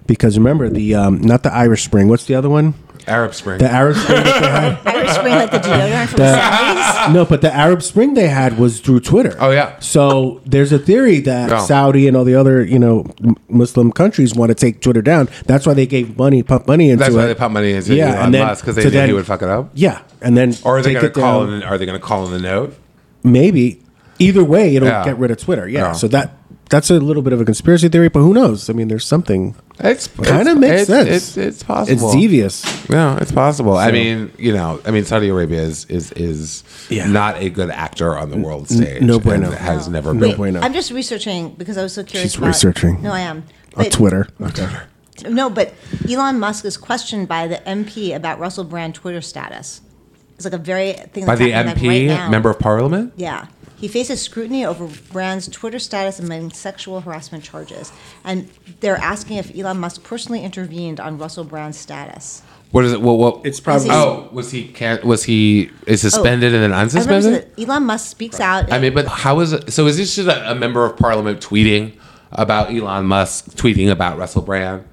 [SPEAKER 3] because remember the um, not the Irish Spring. What's the other one?
[SPEAKER 2] Arab Spring.
[SPEAKER 3] The Arab Spring. that they had.
[SPEAKER 1] I was spraying like the deodorant from the Saudis.
[SPEAKER 3] No, but the Arab Spring they had was through Twitter.
[SPEAKER 2] Oh, yeah.
[SPEAKER 3] So there's a theory that
[SPEAKER 2] Yeah.
[SPEAKER 3] Saudi and all the other you know m- Muslim countries want to take Twitter down. That's why they gave money, pump money into
[SPEAKER 2] That's
[SPEAKER 3] it.
[SPEAKER 2] why they pump money into
[SPEAKER 3] Yeah,
[SPEAKER 2] Elon
[SPEAKER 3] and then-
[SPEAKER 2] Musk because they
[SPEAKER 3] so
[SPEAKER 2] knew
[SPEAKER 3] then-
[SPEAKER 2] he would fuck it up.
[SPEAKER 3] yeah, and then
[SPEAKER 2] Or are they
[SPEAKER 3] take
[SPEAKER 2] going to
[SPEAKER 3] it
[SPEAKER 2] call?
[SPEAKER 3] down.
[SPEAKER 2] In, are they going to call in the note?
[SPEAKER 3] maybe either way it'll
[SPEAKER 2] Yeah.
[SPEAKER 3] get rid of twitter yeah,
[SPEAKER 2] Yeah.
[SPEAKER 3] so that that's a little bit of a conspiracy theory but who knows i mean there's something
[SPEAKER 2] It's
[SPEAKER 3] Kinda
[SPEAKER 2] it's-
[SPEAKER 3] makes
[SPEAKER 2] it's-
[SPEAKER 3] sense.
[SPEAKER 2] It's, it's
[SPEAKER 3] it's
[SPEAKER 2] possible.
[SPEAKER 3] devious
[SPEAKER 2] No, it's possible. I mean, you know, I mean, Saudi Arabia is is is
[SPEAKER 3] Yeah.
[SPEAKER 2] not a good actor on the world stage.
[SPEAKER 3] no
[SPEAKER 2] and
[SPEAKER 3] bueno.
[SPEAKER 2] has never
[SPEAKER 3] No
[SPEAKER 2] been.
[SPEAKER 3] bueno.
[SPEAKER 1] I'm just researching because I was so curious.
[SPEAKER 3] She's
[SPEAKER 1] about-
[SPEAKER 3] researching.
[SPEAKER 1] No, I am.
[SPEAKER 3] on
[SPEAKER 1] But-
[SPEAKER 3] twitter
[SPEAKER 1] No, but Elon Musk is questioned by the MP about Russell Brand Twitter status. It's like a very thing
[SPEAKER 2] By
[SPEAKER 1] that's
[SPEAKER 2] the
[SPEAKER 1] happening, like,
[SPEAKER 2] MP,
[SPEAKER 1] right now.
[SPEAKER 2] member of parliament.
[SPEAKER 1] Yeah. He faces scrutiny over Brand's Twitter status among sexual harassment charges. And they're asking if Elon Musk personally intervened on Russell Brand's status.
[SPEAKER 2] What is it? Well, well
[SPEAKER 3] It's probably- Is he-
[SPEAKER 2] Oh, was he? Can, was he? Is suspended and then
[SPEAKER 1] Oh. I remember
[SPEAKER 2] unsuspended?
[SPEAKER 1] that Elon Musk speaks out.
[SPEAKER 2] I mean, but how is it? So is this just a, a member of parliament tweeting about Elon Musk tweeting about Russell Brand?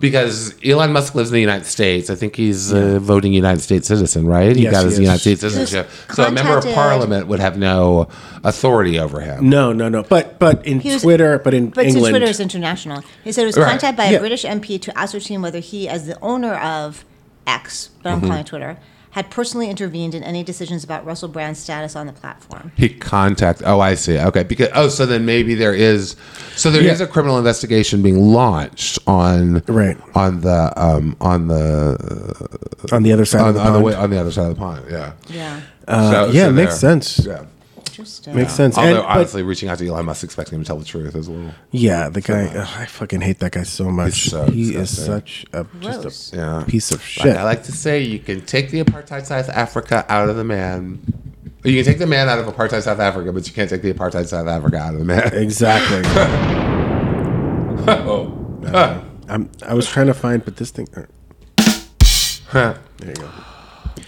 [SPEAKER 2] because Elon Musk lives in the United States. I think he's a voting United States citizen, right? He
[SPEAKER 3] Yes,
[SPEAKER 2] got
[SPEAKER 3] he
[SPEAKER 2] his
[SPEAKER 3] is.
[SPEAKER 2] United States citizenship.
[SPEAKER 1] was
[SPEAKER 2] So a member of
[SPEAKER 1] contacted-
[SPEAKER 2] parliament would have no authority over him.
[SPEAKER 3] no no no but but in
[SPEAKER 1] He was-
[SPEAKER 3] twitter but in
[SPEAKER 1] But since
[SPEAKER 3] england
[SPEAKER 1] Twitter is international, he said it was
[SPEAKER 2] Right.
[SPEAKER 1] contacted by
[SPEAKER 3] Yeah.
[SPEAKER 1] a British MP to ascertain whether he, as the owner of X, but
[SPEAKER 3] Mm-hmm.
[SPEAKER 1] I'm calling it Twitter, had personally intervened in any decisions about Russell Brand's status on the platform.
[SPEAKER 2] He contact. Oh, I see. Okay, because oh, so then maybe there is. So there is
[SPEAKER 3] Yeah.
[SPEAKER 2] a criminal investigation being launched on
[SPEAKER 3] Right.
[SPEAKER 2] on the um on the
[SPEAKER 3] on the other side
[SPEAKER 2] on,
[SPEAKER 3] of the,
[SPEAKER 2] on the
[SPEAKER 3] pond.
[SPEAKER 2] way on the other side of the pond. Yeah.
[SPEAKER 1] Yeah.
[SPEAKER 2] So-
[SPEAKER 3] Uh, yeah
[SPEAKER 2] so
[SPEAKER 3] it makes
[SPEAKER 2] there.
[SPEAKER 3] sense
[SPEAKER 2] Yeah.
[SPEAKER 1] Interesting.
[SPEAKER 3] makes sense And-
[SPEAKER 2] Although
[SPEAKER 3] but-
[SPEAKER 2] honestly, reaching out to Elon Musk, expecting him to tell the truth is a little.
[SPEAKER 3] yeah the guy ugh, i fucking hate that guy so much
[SPEAKER 2] so
[SPEAKER 3] he is
[SPEAKER 2] disgusting.
[SPEAKER 3] such a
[SPEAKER 1] Gross.
[SPEAKER 3] just a
[SPEAKER 2] Yeah.
[SPEAKER 3] piece of shit
[SPEAKER 2] I like to say, you can take the apartheid South Africa out of the man. You can take the man out of apartheid South Africa, but you can't take the apartheid South Africa out of the man.
[SPEAKER 3] exactly
[SPEAKER 2] Oh.
[SPEAKER 3] I'm, i was trying to find but this thing uh,
[SPEAKER 2] Huh.
[SPEAKER 3] there you go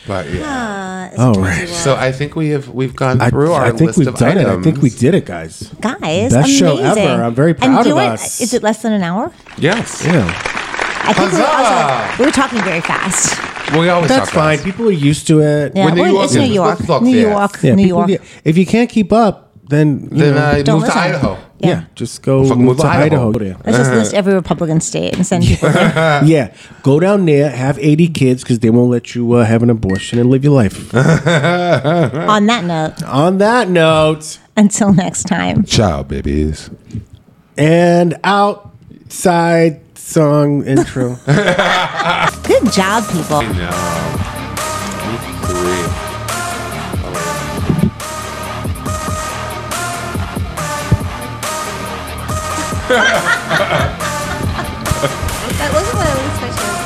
[SPEAKER 2] but
[SPEAKER 1] Uh,
[SPEAKER 2] yeah.
[SPEAKER 1] it's
[SPEAKER 3] Oh,
[SPEAKER 1] a
[SPEAKER 3] right.
[SPEAKER 1] crazy
[SPEAKER 2] So
[SPEAKER 1] world.
[SPEAKER 2] I think we have we've gone
[SPEAKER 3] I,
[SPEAKER 2] through our
[SPEAKER 3] I think
[SPEAKER 2] list
[SPEAKER 3] we've
[SPEAKER 2] of
[SPEAKER 3] done it. I
[SPEAKER 2] items.
[SPEAKER 3] think we did it, guys.
[SPEAKER 1] guys,
[SPEAKER 3] Best show
[SPEAKER 1] amazing.
[SPEAKER 3] ever. I'm very
[SPEAKER 1] and
[SPEAKER 3] proud
[SPEAKER 1] do
[SPEAKER 3] of
[SPEAKER 1] it-
[SPEAKER 3] us.
[SPEAKER 1] Is it less than an hour?
[SPEAKER 2] Yes.
[SPEAKER 3] Yeah,
[SPEAKER 1] I think we were,
[SPEAKER 2] Huzzah!
[SPEAKER 1] also, we were talking very fast.
[SPEAKER 2] We always
[SPEAKER 3] that's
[SPEAKER 2] talk about
[SPEAKER 3] fine.
[SPEAKER 2] this.
[SPEAKER 3] People are used to it.
[SPEAKER 1] Yeah,
[SPEAKER 2] When New
[SPEAKER 1] well,
[SPEAKER 2] York
[SPEAKER 1] it's New
[SPEAKER 2] is-
[SPEAKER 1] York,
[SPEAKER 2] fuck
[SPEAKER 1] New
[SPEAKER 2] this.
[SPEAKER 1] York,
[SPEAKER 3] Yeah,
[SPEAKER 1] New
[SPEAKER 3] people
[SPEAKER 1] York.
[SPEAKER 3] get- if you can't keep up, then you
[SPEAKER 2] Then
[SPEAKER 3] know,
[SPEAKER 2] I
[SPEAKER 1] Don't
[SPEAKER 2] moved to
[SPEAKER 1] listen.
[SPEAKER 2] Idaho.
[SPEAKER 3] yeah.
[SPEAKER 1] Yeah.
[SPEAKER 3] just go
[SPEAKER 2] Fuck,
[SPEAKER 3] move to Idaho.
[SPEAKER 1] Let's just list every Republican state and send people.
[SPEAKER 3] Yeah. Yeah, go down there, have eighty kids because they won't let you uh, have an abortion and live your life.
[SPEAKER 1] On that note,
[SPEAKER 3] On that note,
[SPEAKER 1] until next time.
[SPEAKER 2] Ciao, babies.
[SPEAKER 3] and outside song intro.
[SPEAKER 1] Good job, people.
[SPEAKER 2] No. Three.
[SPEAKER 1] That wasn't what I was expecting.